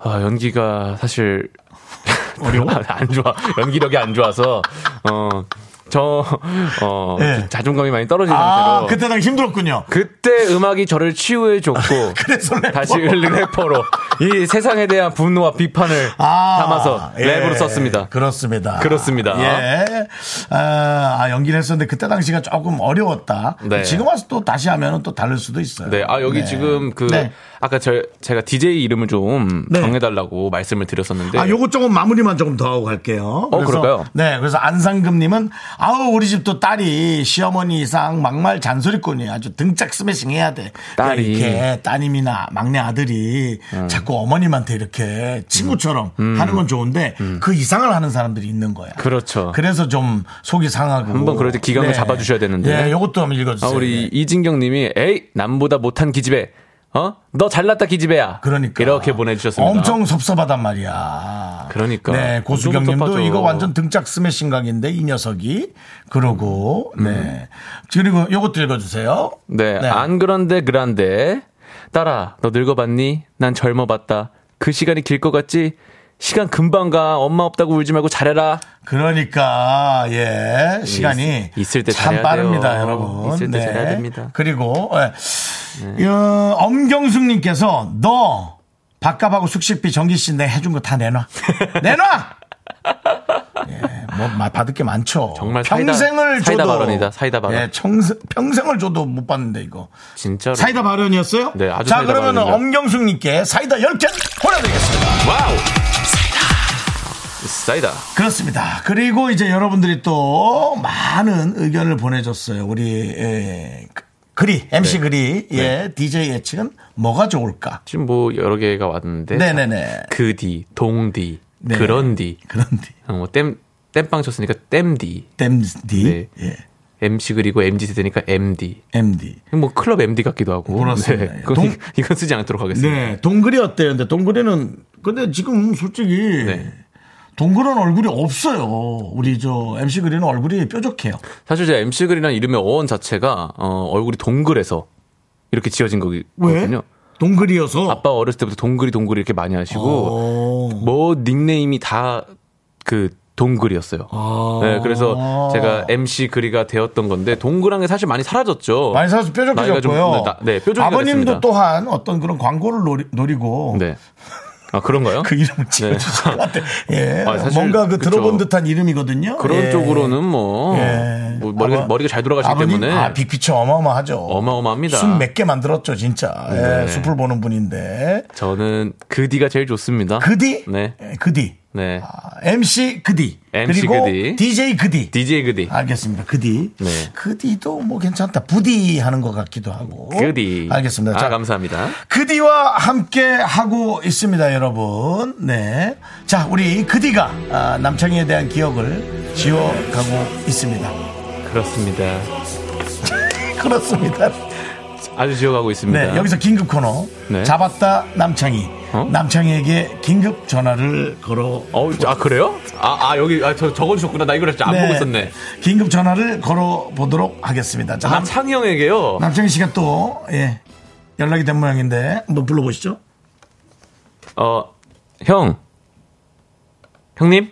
아, 연기가 사실. 어려워? 안 좋아. 연기력이 안 좋아서, 어, 저, 어,
예.
자존감이 많이 떨어진
아
상태로.
그때 당시 힘들었군요.
그때 음악이 저를 치유해줬고
그래서 래퍼.
다시 래퍼로 이 세상에 대한 분노와 비판을
아,
담아서
예.
랩으로 썼습니다.
그렇습니다.
그렇습니다.
예. 아, 아, 연기를 했었는데 그때 당시가 조금 어려웠다.
네.
지금 와서 또 다시 하면 또 다를 수도 있어요.
네, 아 여기
네.
지금 그
네.
아까 저 제가 DJ 이름을 좀
네.
정해달라고 말씀을 드렸었는데
아, 요거 조금 마무리만 조금 더 하고 갈게요.
네. 어, 그럴까요?
네, 그래서 안상금님은 아우 우리 집도 딸이 시어머니 이상 막말 잔소리꾼이 아주 등짝 스매싱 해야 돼.
딸이. 음.
왜 이렇게 따님이나 막내 아들이 자꾸 어머님한테 이렇게 친구처럼 하는 건 좋은데 그 이상을 하는 사람들이 있는 거야.
음. 그렇죠.
그래서 좀 속이 상하고
한번 그럴 때 기강을 잡아주셔야 되는데.
네, 요것도 한번
아
읽어주세요.
우리 이진경님이 에이 남보다 못한 기집애 어 너 잘났다 기집애야
그러니까
이렇게 보내주셨습니다.
엄청 섭섭하단 말이야.
그러니까.
네
엄청
고수경님도
섭섭하죠.
이거 완전 등짝 스매싱 각인데 이 녀석이 그러고 네 그리고 요것도 읽어주세요.
음. 네, 안 그런데 그란데 딸아 너 늙어봤니? 난 젊어봤다. 그 시간이 길 것 같지? 시간 금방 가. 엄마 없다고 울지 말고 잘해라.
그러니까 예 시간이
있- 있을 때
참
잘해야
빠릅니다,
돼요.
여러분. 네.
있을 때 잘해야 됩니다. 네.
그리고 예. 어, 엄경숙님께서 너 밥값하고 숙식비 정기 씨 내 해준 거 다 내놔 내놔. 예, 뭐 마- 받을 게 많죠.
정말 사이다-
평생을
사이다
줘도
발언이다, 사이다 발언.
예, 평생, 평생을 줘도 못 받는데 이거.
진짜로.
사이다 발언이었어요?
네, 아주
자
사이다
그러면
발언이죠.
엄경숙님께 사이다 10개 보내드리겠습니다.
와우. 사이다.
그렇습니다. 그리고 이제 여러분들이 또 많은 의견을 보내줬어요. 우리 예, 그리 MC 그리 예 DJ 예측은 뭐가 좋을까?
지금 뭐 여러 개가 왔는데.
네네네.
그 뒤, 동 뒤,
네.
그런 뒤.
그런데
어, 뭐 땜, 땜빵 쳤으니까 땜 뒤.
MD
네.
예
MC 그리고 MG 세대니까 MD.
MD
뭐 클럽 MD 같기도 하고. 네.
그렇습니다.
그건
동-
이- 이건 쓰지 않도록 하겠습니다.
네 동글이 어때요? 근데 동글이는 근데 지금 솔직히
네.
동글은 얼굴이 없어요. 우리 저 MC 그리는 얼굴이 뾰족해요.
사실 제가 MC 그리라는 이름의 어원 자체가 어, 얼굴이 동글해서 이렇게 지어진 거거든요.
동글이어서 어.
아빠 어렸을 때부터 동글이 동글이 이렇게 많이 하시고
오.
뭐 닉네임이 다 그 동글이었어요.
아.
네, 그래서 제가 MC 그리가 되었던 건데 동그란 게 사실 많이 사라졌죠.
많이 사서
뭐 나이가 좀-
뾰족해졌고요.
네, 나- 네, 뾰족이가
아버님도
됐습니다.
또한 어떤 그런 광고를 노리, 노리고
네. 아 그런가요?
그 이름을 지어주실 것 같아. 예.
아, 사실
뭔가 그
그쵸.
들어본 듯한 이름이거든요.
그런
예.
쪽으로는 뭐,
예.
뭐 머리가
아마-
머리가 잘 돌아가시기
아버님,
때문에
아, 빅피처 어마어마하죠.
어마어마합니다.
숲 몇 개 만들었죠, 진짜. 예,
네.
숲을 보는 분인데.
저는 그디가 제일 좋습니다.
그디?
네.
예, 그디.
네.
아, MC 그디.
MC
그리고
그디.
DJ 그디.
DJ 그디.
알겠습니다. 그디.
네.
그디도 뭐 괜찮다. 부디 하는 것 같기도 하고.
그디.
어? 알겠습니다.
아,
자,
감사합니다.
그디와 함께 하고 있습니다, 여러분. 네. 자, 우리 그디가 아, 남창희에 대한 기억을 지워가고 있습니다.
그렇습니다.
그렇습니다.
아주 지어가고 있습니다.
네, 여기서 긴급 코너.
네.
잡았다 남창희.
어?
남창희에게 긴급 전화를 걸어.
어, 아 그래요? 아, 아 여기 아, 저 적어주셨구나. 나 이걸 진짜 안
네,
보고 있었네. 아,
긴급 전화를 걸어 보도록 하겠습니다. 자,
남, 창희 형에게요.
남, 창희 씨가 또, 예, 연락이 된 모양인데, 한번 불러보시죠.
어, 형, 형님?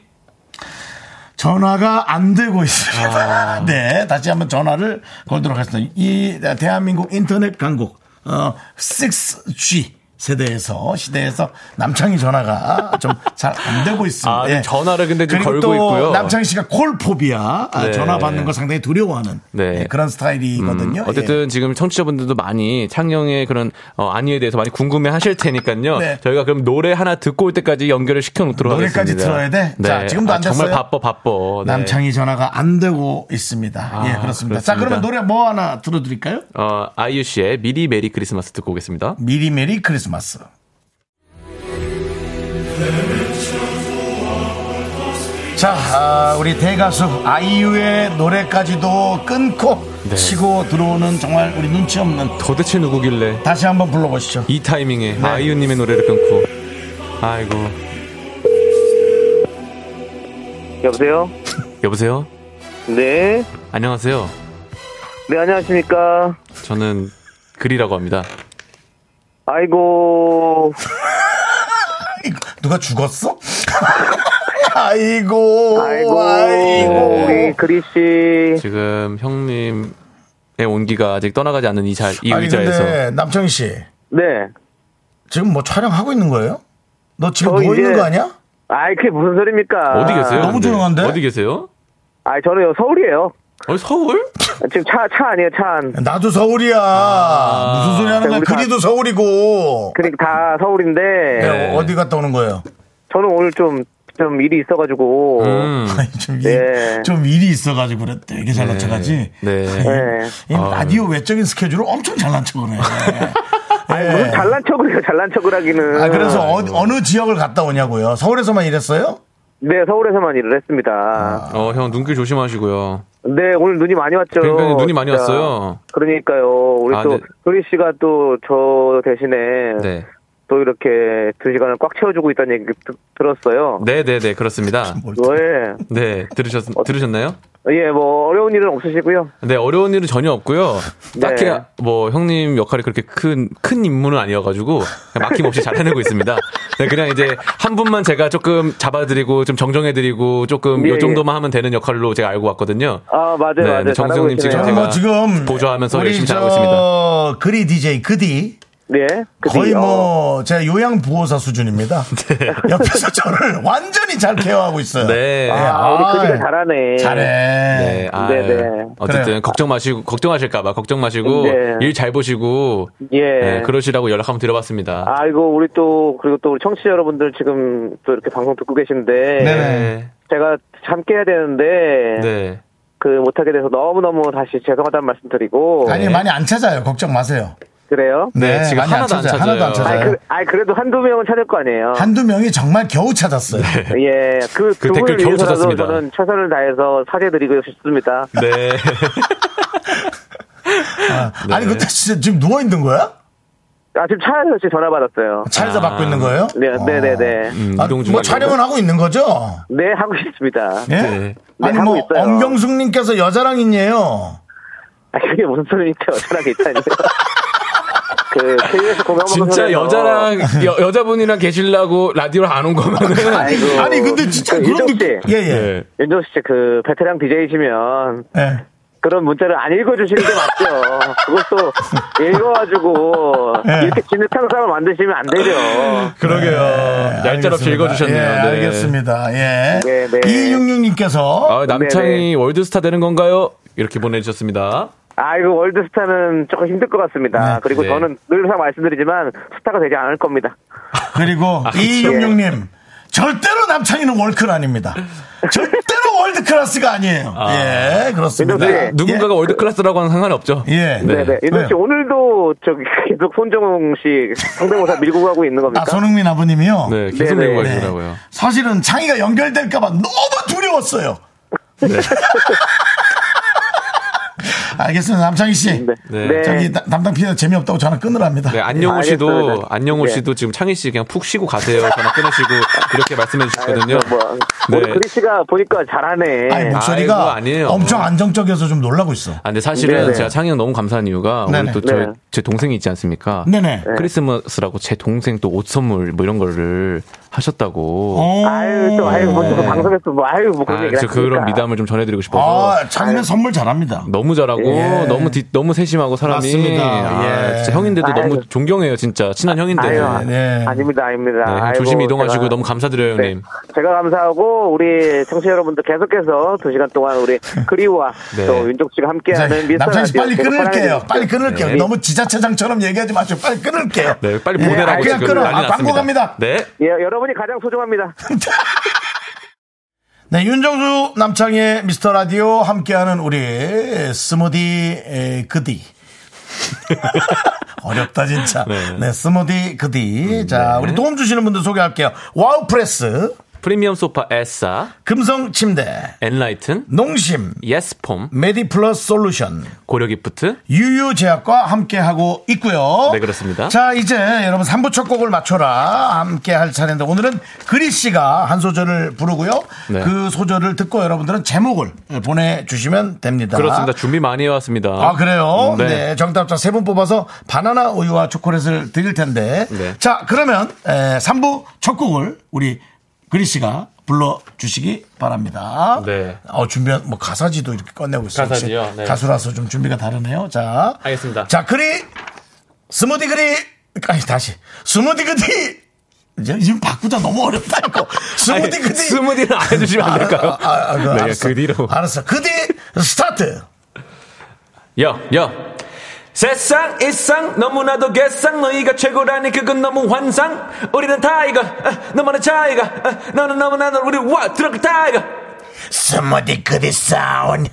전화가 안 되고 있습니다.
아.
네, 다시 한번 전화를 걸도록 하겠습니다. 이 네, 대한민국 인터넷 강국 어, 6G 세대에서 시대에서 남창희 전화가 좀 잘 안 되고 있습니다. 네.
아, 전화를 근데 좀
그리고
걸고
또
있고요.
남창희 씨가 콜포비아 아,
네.
전화 받는 거 상당히 두려워하는
네. 음,
예, 그런 스타일이거든요. 예.
어쨌든 지금 청취자분들도 많이 창영의 그런 어, 안위에 대해서 많이 궁금해 하실 테니까요.
네.
저희가 그럼 노래 하나 듣고 올 때까지 연결을 시켜놓도록 하겠습니다.
노래까지 들어야 돼? 자, 지금도
아,
안
정말
됐어요?
바빠, 바빠. 네. 아,
남창희 전화가 안 되고 있습니다. 예, 그렇습니다. 자,
그렇습니다.
그러면 노래 뭐 하나 들어드릴까요?
어, 아이유 씨의 미리 메리 크리스마스 듣고 오겠습니다.
미리 메리 크리스마스. 자, 아, 우리 대가수 아이유의 노래까지도 끊고
네.
치고 들어오는 정말 우리 눈치 없는
도대체 누구길래
다시 한번 불러보시죠.
이 타이밍에
네.
아이유님의 노래를 끊고. 아이고.
여보세요?
여보세요?
네.
안녕하세요.
네, 안녕하십니까.
저는 글이라고 합니다.
아이고.
아이고, 누가 죽었어? 아이고,
아이고. 네.
아이고,
우리 그리씨.
지금 형님의 온기가 아직 떠나가지 않는 이, 자, 이
아니
의자에서.
근데 남창희 씨
네.
지금 뭐 촬영하고 있는 거예요? 너 지금
저
누워 있는
이제-
거 아니야?
아이, 그게 무슨 소리입니까?
어디 계세요?
너무
근데?
조용한데?
어디 계세요?
아이, 저는 서울이에요.
어, 서울?
지금 차, 차 아니에요, 차 안.
나도 서울이야.
아.
무슨 소리 하는 거야?
네, 우리 다-
그리도 서울이고.
그러니까 다 서울인데,
네, 어디 갔다 오는 거예요?
저는 오늘 좀, 좀 일이 있어가지고,
음.
아니, 좀, 일,
네.
좀 일이 있어가지고 그래. 되게 잘난 척하지.
네.
네.
이 라디오 외적인 스케줄을 엄청 잘난 척을 해. 예.
무슨 잘난 척을 해요, 잘난 척을 하기는.
아, 그래서
음.
어, 느 지역을 갔다 오냐고요? 서울에서만 일했어요?
네, 서울에서만 일을 했습니다.
아.
어, 형 눈길 조심하시고요.
네, 오늘 눈이 많이 왔죠.
그러니까 눈이 많이
진짜.
왔어요.
그러니까요. 우리
아,
또,
네.
그리씨가 또, 저 대신에,
네.
또 이렇게 두 시간을 꽉 채워주고 있다는 얘기 드- 들었어요.
네, 네, 네, 그렇습니다.
네.
네, 들으셨 들으셨나요?
예, 뭐 어려운 일은 없으시고요.
네, 어려운 일은 전혀 없고요. 딱히
네.
뭐 형님 역할이 그렇게 큰 큰 임무는 아니어가지고 그냥 막힘없이 잘 해내고 있습니다. 네, 그냥 이제 한 분만 제가 조금 잡아드리고 좀 정정해드리고 조금
예,
요 정도만 하면 되는 역할로 제가 알고 왔거든요.
아, 맞아요,
네,
맞아요.
네,
잘하고
정수영님
계시네요.
제가
저는 뭐 지금
보조하면서
우리
열심히
저
잘하고 있습니다.
그리 DJ 그디
네. 그치?
거의
어,
뭐 제가 요양 부호사 수준입니다. 옆에서 저를 완전히 잘 케어하고 있어요.
네.
아, 우리 그리
아이,
잘하네.
잘해.
네, 아,
네, 네.
어쨌든
그래요.
걱정 마시고 걱정하실까봐 걱정 마시고
네.
일 잘 보시고
예.
네, 그러시라고 연락 한번 드려봤습니다.
아이고 우리 또 그리고 또 우리 청취자 여러분들 지금 또 이렇게 방송 듣고 계신데
네,
제가 함께 해야 되는데
네.
그 못하게 돼서 너무 너무 다시 죄송하다는 말씀드리고
아니 많이 안 찾아요. 걱정 마세요.
그래요.
네, 지금
많이
하나도 안
하나도 안
찾아요.
아이,
찾아요.
그, 아이 그래도 한두 명은 찾을 거 아니에요.
한두 명이 정말 겨우 찾았어요.
예, 그,
그
두 분을
댓글 겨우
위해서라도
찾았습니다.
저는 최선을 다해서 사죄드리고 싶습니다.
네.
아니 그때 진짜 지금 누워 있는 거야?
아, 지금 차에서 지금 전화 받았어요.
차에서
아.
받고 있는 거예요?
네, 네, 네, 네.
음,
아,
이동
뭐
중이라고.
촬영은 하고 있는 거죠?
네, 하고 있습니다.
예?
네.
네,
아니
하고
뭐
있어요.
엄경숙님께서 여자랑 있네요.
아, 그게 무슨 소리니까 여자랑 있다니요. 그, KBS 공영
진짜 여자랑 여, 여자분이랑 계실라고 라디오를 안 온 거면은
아이고.
아니 근데 진짜
그
그런
윤정
느낌.
씨,
예예.
네.
윤정 씨, 그, 베테랑 DJ시면,
예.
그런 문자를 안 읽어주시는 게 맞죠. 그것도 읽어가지고,
네.
이렇게 진흙탕 사람 만드시면 안 되죠.
그러게요. 얄짤없이
알겠습니다.
읽어주셨네요.
예,
네.
알겠습니다. 예.
네, 네.
2266님께서
아, 남창이
네네.
월드스타 되는 건가요? 이렇게 보내주셨습니다.
아이고, 월드스타는 조금 힘들 것 같습니다. 그리고
네.
저는 늘상 말씀드리지만, 스타가 되지 않을 겁니다.
그리고
아,
2266님 절대로 남창희는 월클 아닙니다. 절대로 월드 클래스가 아니에요. 예, 그렇습니다.
윤정 씨,
예.
네, 누군가가 월드클래스라고는 상관없죠.
예.
네.
네네. 윤정 씨,
왜요?
오늘도 저기 계속 손정웅 씨 성대모사 밀고 가고 있는 겁니까?
아, 손흥민 아버님이요?
네, 계속
네네.
내고
네.
가시더라고요.
사실은 창의가 연결될까봐 너무 두려웠어요.
네.
알겠습니다. 남창희 씨.
네.
네.
네.
저기 다- 담당 피디가 재미없다고 전화 끊으랍니다.
네, 안영호
알겠어요. 네.
씨도, 안영호
네.
씨도 지금 창희 씨 그냥 푹 쉬고 가세요. 전화 끊으시고, 이렇게 말씀해 주셨거든요.
뭐,
네.
오늘 그리 씨가 보니까 잘하네.
아니,
아이고,
목소리가
아니에요.
엄청 안정적이어서 좀 놀라고 있어.
아, 근데 사실은
네네.
제가 창희 형 너무 감사한 이유가,
네네.
오늘 또 저,
네.
제 동생이 있지 않습니까?
네네.
크리스마스라고 제 동생 또 옷 선물 뭐 이런 거를
어.
하셨다고.
아유, 또, 아유, 뭐, 또
네.
방송에서 뭐, 아유, 뭐, 그런
아,
얘기를
저 그런 미담을 좀 전해드리고 싶어서.
아, 자기는 선물 잘합니다.
너무 잘하고
예.
너무 뒤- 너무 세심하고 사람이
맞습니다.
아,
예.
진짜 형인데도
아유.
너무 존경해요 진짜 친한 형인데
아유,
네,
네.
아닙니다, 아닙니다.
형
아이고,
조심히 이동하시고
제가-
너무 감사드려요
네.
형님
제가 감사하고 우리 청취자 여러분들 계속해서 두 시간 동안 우리 그리와
네.
또 윤종 씨가
자,
함께하는 미스터
남창희 씨
라디오
빨리
계속
끊을게요.
사랑해주세요.
빨리 끊을게요. 너무 지자체장처럼 얘기하지 마시고 빨리 끊을게요.
네 빨리
예,
보내라고
그냥
지금
끊어.
난리
아, 광고
났습니다
갑니다.
네
예, 여러분이 가장 소중합니다.
네, 윤정수 남창의 미스터 라디오 함께하는 우리 스무디 에, 그디. 어렵다 진짜. 네,
네.
스무디 그디. 자, 우리 도움 주시는 분들 소개할게요. 와우 프레스,
프리미엄 소파 에싸
금성 침대,
엔라이튼
농심,
예스폼
메디플러스 솔루션,
고려기프트
유유제약과 함께하고 있고요.
네, 그렇습니다.
자, 이제 여러분 3부 첫 곡을 맞춰라 함께 할 차례인데 오늘은 그리 씨가 한 소절을 부르고요.
네.
그 소절을 듣고 여러분들은 제목을 보내주시면 됩니다.
그렇습니다 준비 많이 해왔습니다
아, 그래요? 네.
네.
정답자 세 분 뽑아서 바나나 우유와 초콜릿을 드릴 텐데.
네.
자, 그러면 에, 3부 첫 곡을 우리 그리 씨가 불러주시기 바랍니다.
네.
어, 준비한, 뭐, 가사지도 이렇게 꺼내고 있어요. 혹시
가사지요? 네.
가수라서 좀 준비가 다르네요. 자.
알겠습니다.
자, 그리, 스무디 그리, 아니, 다시. 스무디 그리! 이제 지금 바꾸자 너무 어렵다, 이거.
아니,
스무디 그리!
스무디는 안 해주시면 안 될까요?
아, 아, 아, 그,
네,
알았어.
그 뒤로.
알았어. 그 뒤, 스타트!
여, 여. 세상 일상 너무나도 개상 너희가 최고라니 그건 너무 환상 우리는 타이거 아, 너무나 차이가 아, 너는 너무나 너 우리 와 드럭 타이거
스무디 그리 사운.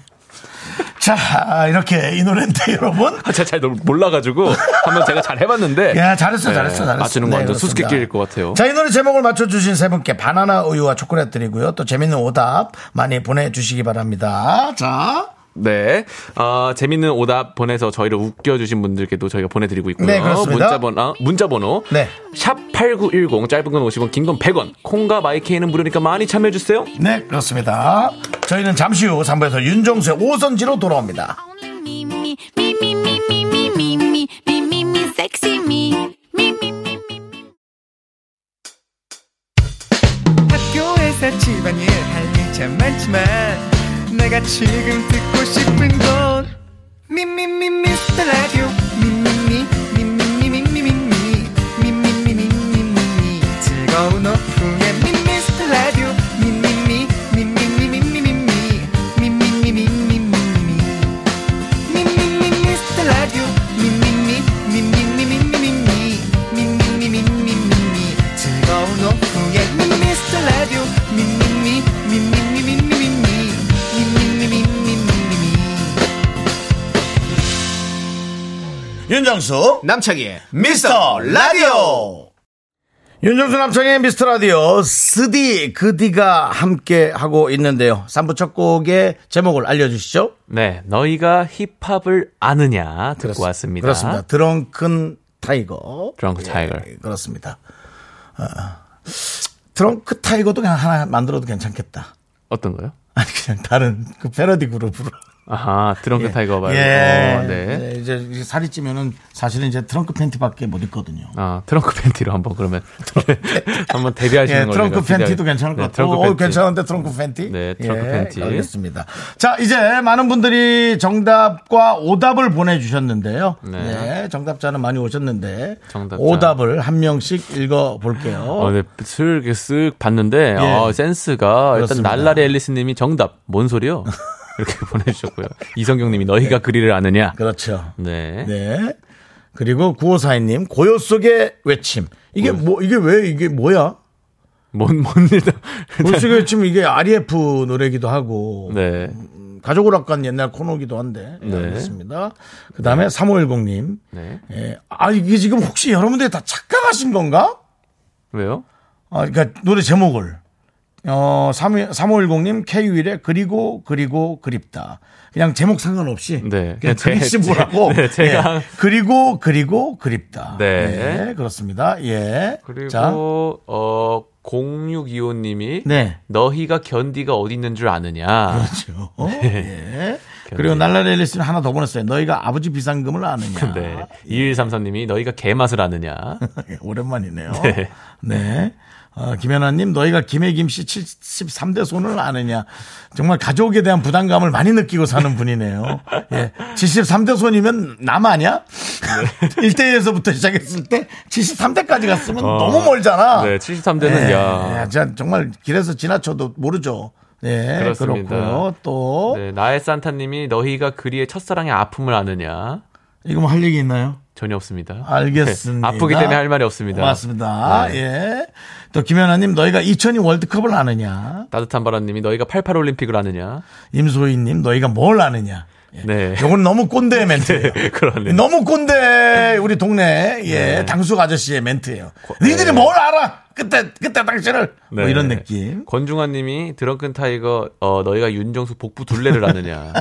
자, 이렇게 이 노래인데, 여러분.
아, 제가 잘 놀- 몰라가지고 한번 제가 잘 해봤는데
야, 잘했어,
네,
잘했어, 잘했어.
맞추는 거 완전 수수께끼일 것 같아요.
자, 이 노래 제목을 맞춰주신 세 분께 바나나 우유와 초콜릿 드리고요. 또 재밌는 오답 많이 보내주시기 바랍니다. 자.
네. 어, 재밌는 오답 보내서 저희를 웃겨주신 분들께도 저희가 보내드리고 있고요.
네, 그렇습니다.
문자번호, 아, 문자번호.
네.
샵8910, 짧은 건 50원, 긴 건 100원. 콩과 마이케이는 무료니까 많이 참여해주세요.
네, 그렇습니다. 저희는 잠시 후 3부에서 윤정수의 오선지로 돌아옵니다.
Only me, me, me, me, me, me, me, me, me, me, me, me, sexy me. Me, me, me, me, me.
학교에서 집안일 할 일 참 많지만 내가 지금 듣고 싶은 건 미미미 미스터 라디오 미미미 미미미 미미미 미미미 미미미 즐거운 오후에 미스터 라디오 미미미 미미미 미미미 미미미 미미미 미미미 미스터 라디오 미미미 미미미 미미미 미미미 미미미 즐거운 오후에 미스터 라디오 미미미 미미미 미미미 미미미 미미미
윤정수.
남창희의
미스터 라디오 윤정수 남창의 미스터 라디오 스디 그디가 함께 하고 있는데요 3부 첫 곡의 제목을 알려주시죠
네. 너희가 힙합을 아느냐 듣고 왔습니다.
그렇습니다 드렁큰 타이거
드렁크 타이거.
예, 그렇습니다 어, 드렁크 타이거도 그냥 하나 만들어도 괜찮겠다
어떤 거요?
아니 그냥 다른 그 패러디 그룹으로
아하, 드렁크 타이거 말고.
예.
어, 네.
네, 이제 이제 살이 찌면은 사실은 이제 트렁크 팬티밖에 못 입거든요
아, 트렁크 팬티로 한번 그러면 한번 데뷔하시는
예,
걸로
트렁크
제가
팬티도
기대하-
괜찮을 것
네,
같아요.
트렁크
어,
팬티.
괜찮은데 트렁크 팬티?
네, 트렁크
예,
팬티.
알겠습니다. 자, 이제 많은 분들이 정답과 오답을 보내주셨는데요. 네.
네.
정답자는 많이 오셨는데
정답자.
오답을 한 명씩 읽어볼게요.
어, 네, 슬 이렇게 쓱 봤는데, 아, 센스가, 일단,
예. 그렇습니다.
날라리 앨리스 님이 정답, 뭔 소리요? 이렇게 보내주셨고요. 이성경 님이 너희가 그리를 아느냐?
그렇죠.
네.
네. 그리고 구호사인님 고요 속의 외침. 이게 뭐 이게 왜 이게 뭐야?
뭔, 뭔 일, 다
고요 속의 외침 이게 R.E.F 노래기도 하고
네.
음, 가족 오락관 옛날 코너기도 한데 네.
네.
그렇습니다. 그다음에 3510님
네.
예. 아, 이게 지금 혹시 여러분들이 다 착각하신 건가?
왜요?
아, 그러니까 노래 제목을. 어, 3510님, K1의 그리고, 그리고, 그립다. 그냥 제목 상관없이.
네.
그냥
그냥
그리
제-
씨 뭐라고. 예,
네, 제가-
그리고, 그리고, 그립다. 예,
네.
그렇습니다. 예.
그리고,
자.
어, 0625 님이,
네.
너희가 견디가 어디 있는 줄 아느냐?
그렇죠. 예.
네.
그리고 날라 앨리스는 하나 더 보냈어요. 너희가 아버지 비상금을 아느냐.
네. 2133님이 너희가 개맛을 아느냐.
오랜만이네요. 네.
네.
어, 김연아님, 너희가 김혜김 씨 73대 손을 아느냐. 정말 가족에 대한 부담감을 많이 느끼고 사는 분이네요. 예. 73대 손이면 남 아니야? 일 1대1에서부터 시작했을 때 73대까지 갔으면
네. 어.
너무 멀잖아.
네, 73대는
예.
야.
예, 자, 정말 길에서 지나쳐도 모르죠. 예,
그렇습니다.
그렇고요. 또,
네, 나의 산타님이 너희가 그리의 첫사랑의 아픔을 아느냐.
이거 뭐 할 얘기 있나요?
전혀 없습니다. 네.
알겠습니다.
아프기 때문에 할 말이 없습니다.
고맙습니다.
네.
예. 또 김연아님 너희가 2002 월드컵을 아느냐?
따뜻한 바람님이 너희가 88 올림픽을 아느냐.
임소희님 너희가 뭘 아느냐? 예.
네.
요건 너무 꼰대 멘트예요.
그러네요.
너무 꼰대 우리 동네 예 당숙 아저씨의 멘트예요. 니들이 뭘 알아? 그때 그때 당신을 뭐
네.
이런 느낌.
권중환님이 드렁큰 타이거 어, 너희가 윤정수 복부 둘레를 아느냐.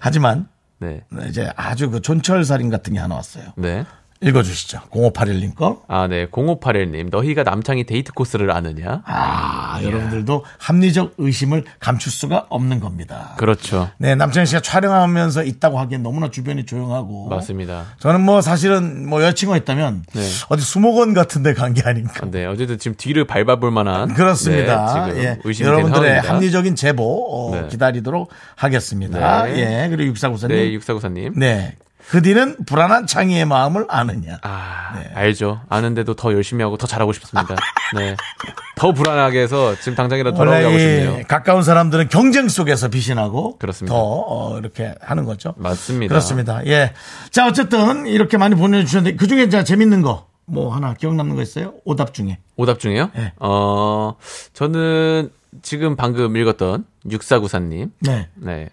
하지만
네.
이제 아주 그 존철 살인 같은 게 하나 왔어요.
네.
읽어주시죠. 0581님 거.
아, 네. 0581님, 너희가 남창희 데이트 코스를 아느냐? 예.
아 여러분들도 합리적 의심을 감출 수가 없는 겁니다.
그렇죠.
네, 남창희 씨가 촬영하면서 있다고 하기엔 너무나 주변이 조용하고.
맞습니다.
저는 뭐 사실은 뭐 여자친구가 있다면
네.
어디 수목원 같은 데 간 게 아닌가.
네, 어쨌든 지금 뒤를 밟아볼 만한.
그렇습니다.
네, 지금
예,
의심이 되는
여러분들의
상황입니다.
합리적인 제보 어,
네.
기다리도록 하겠습니다.
네.
예, 그리고 육사구사님.
네,
네,
육사구사님.
그 뒤는 불안한 창의의 마음을 아느냐.
아,
네.
알죠. 아는데도 더 열심히 하고 더 잘하고 싶습니다. 네. 더 불안하게 해서 지금 당장이라도 돌아오고
원래 이
싶네요.
가까운 사람들은 경쟁 속에서 비신하고
그렇습니다.
더 어, 이렇게 하는 거죠.
맞습니다.
그렇습니다. 예. 자, 어쨌든 이렇게 많이 보내주셨는데 그 중에 자 재밌는 거 뭐 하나 기억 남는 거 있어요? 오답 중에.
오답 중에요?
네.
어, 저는 지금 방금 읽었던 육사구사님.
네.
네.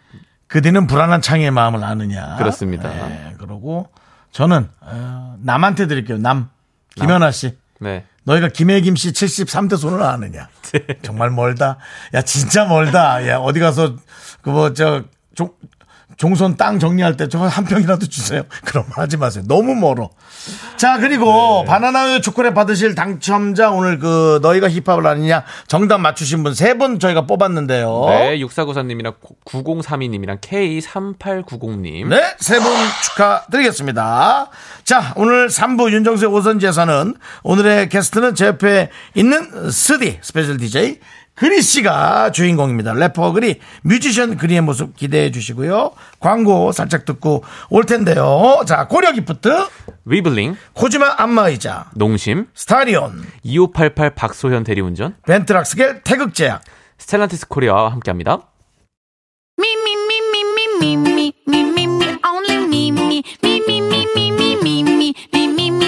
그대는 불안한 창의의 마음을 아느냐.
그렇습니다.
네, 그러고 저는 어, 남한테 드릴게요. 남 김연아 씨.
네.
너희가 김혜김 씨 73대 손을 아느냐. 정말 멀다. 야 진짜 멀다. 야 어디 가서 그 뭐 저 종선 땅 정리할 때 저거 한 평이라도 주세요. 그런 말 하지 마세요. 너무 멀어. 자
네.
그리고 바나나우유 초콜릿 받으실 당첨자 오늘 그 너희가 힙합을 아느냐 정답 맞추신 분 세 분 저희가 뽑았는데요.
네, 6494님이랑 9032님이랑 K3890님.
네, 세 분 축하드리겠습니다. 자, 오늘 3부 윤정수의 오선지에서는 오늘의 게스트는 제 옆에 있는 스디, 스페셜 DJ 그리 씨가 주인공입니다. 래퍼 그리, 뮤지션 그리의 모습 기대해 주시고요. 광고 살짝 듣고 올 텐데요. 자, 고려 기프트,
위블링,
코지마 안마의자,
농심,
스타리온,
2588 박소현 대리운전,
벤트락스겔 태극제약,
스텔란티스 코리아와 함께합니다.
Me, me, me, me, me, me, me, me, me, me, only me, me, me, me, me, me, me, me, me, me, me, me,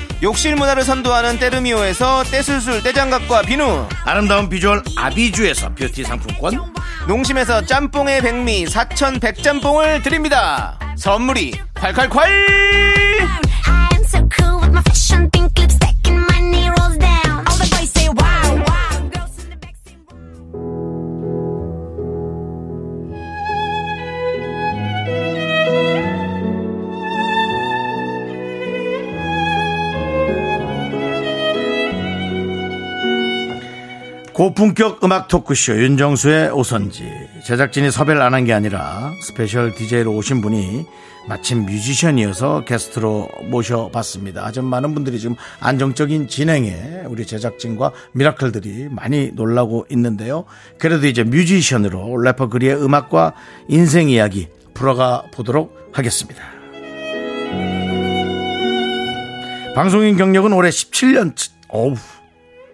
욕실 문화를 선도하는 때르미오에서 떼술술 떼장갑과 비누,
아름다운 비주얼 아비주에서 뷰티 상품권
농심에서 짬뽕의 백미 사천 백짬뽕을 드립니다. 선물이 콸콸콸!
I am so cool with my fashion pink lipstick and my knee rolls down. All the boys say wow, wow. Girls in the back say wow.
고품격 음악 토크쇼 윤정수의 오선지 제작진이 섭외를 안 한 게 아니라 스페셜 DJ로 오신 분이 마침 뮤지션이어서 게스트로 모셔봤습니다. 하지만 많은 분들이 지금 안정적인 진행에 우리 제작진과 미라클들이 많이 놀라고 있는데요. 그래도 이제 뮤지션으로 래퍼 그리의 음악과 인생 이야기 풀어가 보도록 하겠습니다. 방송인 경력은 올해 17년 차, 어우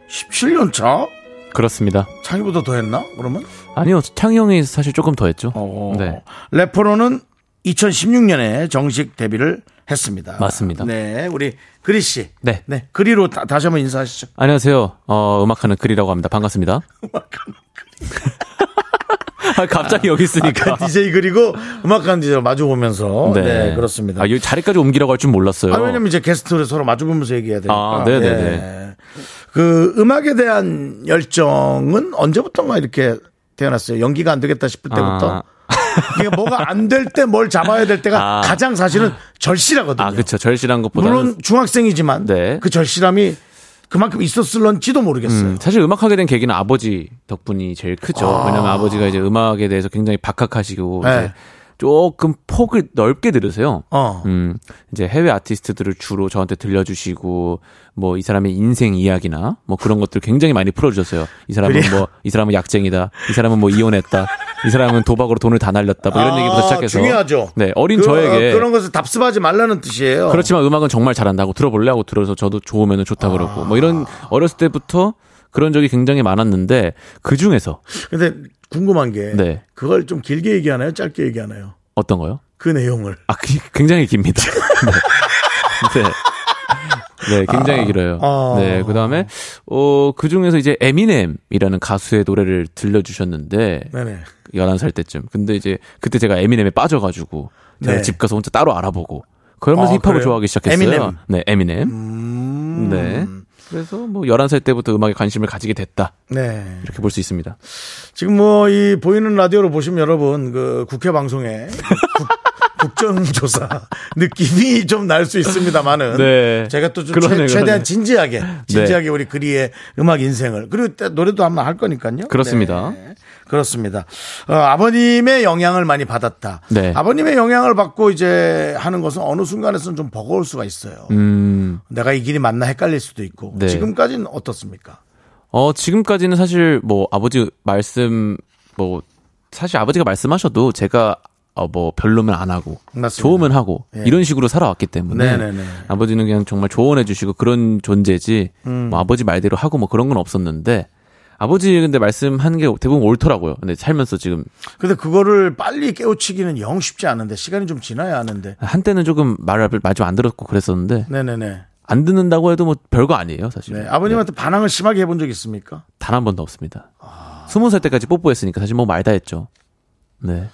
17년 차?
그렇습니다.
창희보다 더 했나? 그러면?
아니요, 창희 형이 사실 조금 더 했죠.
어.
네.
래퍼로는 2016년에 정식 데뷔를 했습니다.
맞습니다.
네, 우리 그리 씨.
네.
그리로 다, 다시 한번 인사하시죠.
안녕하세요. 어, 음악하는 글이라고 합니다. 반갑습니다. 갑자기 여기 있으니까.
DJ 그리고 음악하는 DJ로 마주보면서. 네. 아, 그렇습니다.
아, 여기 자리까지 옮기라고 할 줄 몰랐어요.
아, 왜냐면 이제 게스트를 서로 마주보면서 얘기해야 되니까.
아, 네네네.
예. 그 음악에 대한 열정은 언제부터인가 이렇게 태어났어요. 연기가 안 되겠다 싶을 때부터.
아.
이게 뭐가 안 될 때 뭘 잡아야 될 때가
아.
가장 사실은 절실하거든요.
아, 그쵸. 절실한 것보다는.
물론 중학생이지만
네.
그 절실함이 그만큼 있었을런지도 모르겠어요.
음, 사실 음악하게 된 계기는 아버지 덕분이 제일 크죠. 왜냐면 아버지가 이제 음악에 대해서 굉장히 박학하시고
네.
이제 조금 폭을 넓게 들으세요.
어.
음, 이제 해외 아티스트들을 주로 저한테 들려주시고 뭐 이 사람의 인생 이야기나 뭐 그런 것들 굉장히 많이 풀어주셨어요. 이 사람은
그래요?
뭐 이 사람은 약쟁이다. 이 사람은 뭐 이혼했다. 이 사람은 도박으로 돈을 다 날렸다. 뭐 이런
아,
얘기부터 시작해서
중요하죠.
네 어린
그-
저에게
그런 것을 답습하지 말라는 뜻이에요.
그렇지만 음악은 정말 잘한다고 들어볼래 하고 들어서 저도 좋으면 좋다 그러고 뭐 이런
아.
어렸을 때부터 그런 적이 굉장히 많았는데 그 중에서
근데 궁금한 게
네.
그걸 좀 길게 얘기하나요? 짧게 얘기하나요?
어떤 거요?
그 내용을.
아 그- 굉장히 깁니다. 네. 네. 네, 굉장히 길어요.
아.
네, 그 다음에, 어, 그 중에서 이제 에미넴이라는 가수의 노래를 들려주셨는데,
네네.
11살 때쯤. 근데 이제, 그때 제가 에미넴에 빠져가지고, 제가
네.
집 가서 혼자 따로 알아보고, 그러면서
아,
힙합을
그래요?
좋아하기 시작했어요.
에미넴. 음.
네, 에미넴. 네. 그래서 뭐 11살 때부터 음악에 관심을 가지게 됐다.
네.
이렇게 볼 수 있습니다.
지금 뭐 이 보이는 라디오로 보시면 여러분 그 국회 방송에 국- 국정조사 느낌이 좀 날 수 있습니다만은
네.
제가 또 좀
그러네,
최, 대한
그러네.
진지하게 진지하게 우리 그리의 음악 인생을 그리고 때- 노래도 한번 할 거니까요.
그렇습니다.
네. 그렇습니다. 어, 아버님의 영향을 많이 받았다.
네.
아버님의 영향을 받고 이제 하는 것은 어느 순간에서는 좀 버거울 수가 있어요.
음,
내가 이 길이 맞나 헷갈릴 수도 있고
네.
지금까지는 어떻습니까?
어, 지금까지는 사실 뭐 아버지 말씀, 뭐, 사실 아버지가 말씀하셔도 제가 어, 뭐 별로면 안 하고
맞습니다.
좋으면 하고
예.
이런 식으로 살아왔기 때문에
네네네.
아버지는 그냥 정말 조언해 주시고 그런 존재지
음.
뭐 아버지 말대로 하고 뭐 그런 건 없었는데 아버지 근데 말씀한 게 대부분 옳더라고요. 근데 살면서 지금
근데 그거를 빨리 깨우치기는 영 쉽지 않은데 시간이 좀 지나야 하는데.
한때는 조금 말을 마주 안 들었고 그랬었는데
네네네.
안 듣는다고 해도 뭐 별거 아니에요 사실. 네,
네. 아버님한테 반항을 심하게 해본 적 있습니까?
단 한 번도 없습니다.
아.
스무 살 때까지 뽀뽀했으니까 사실 뭐 말 다 했죠. 네,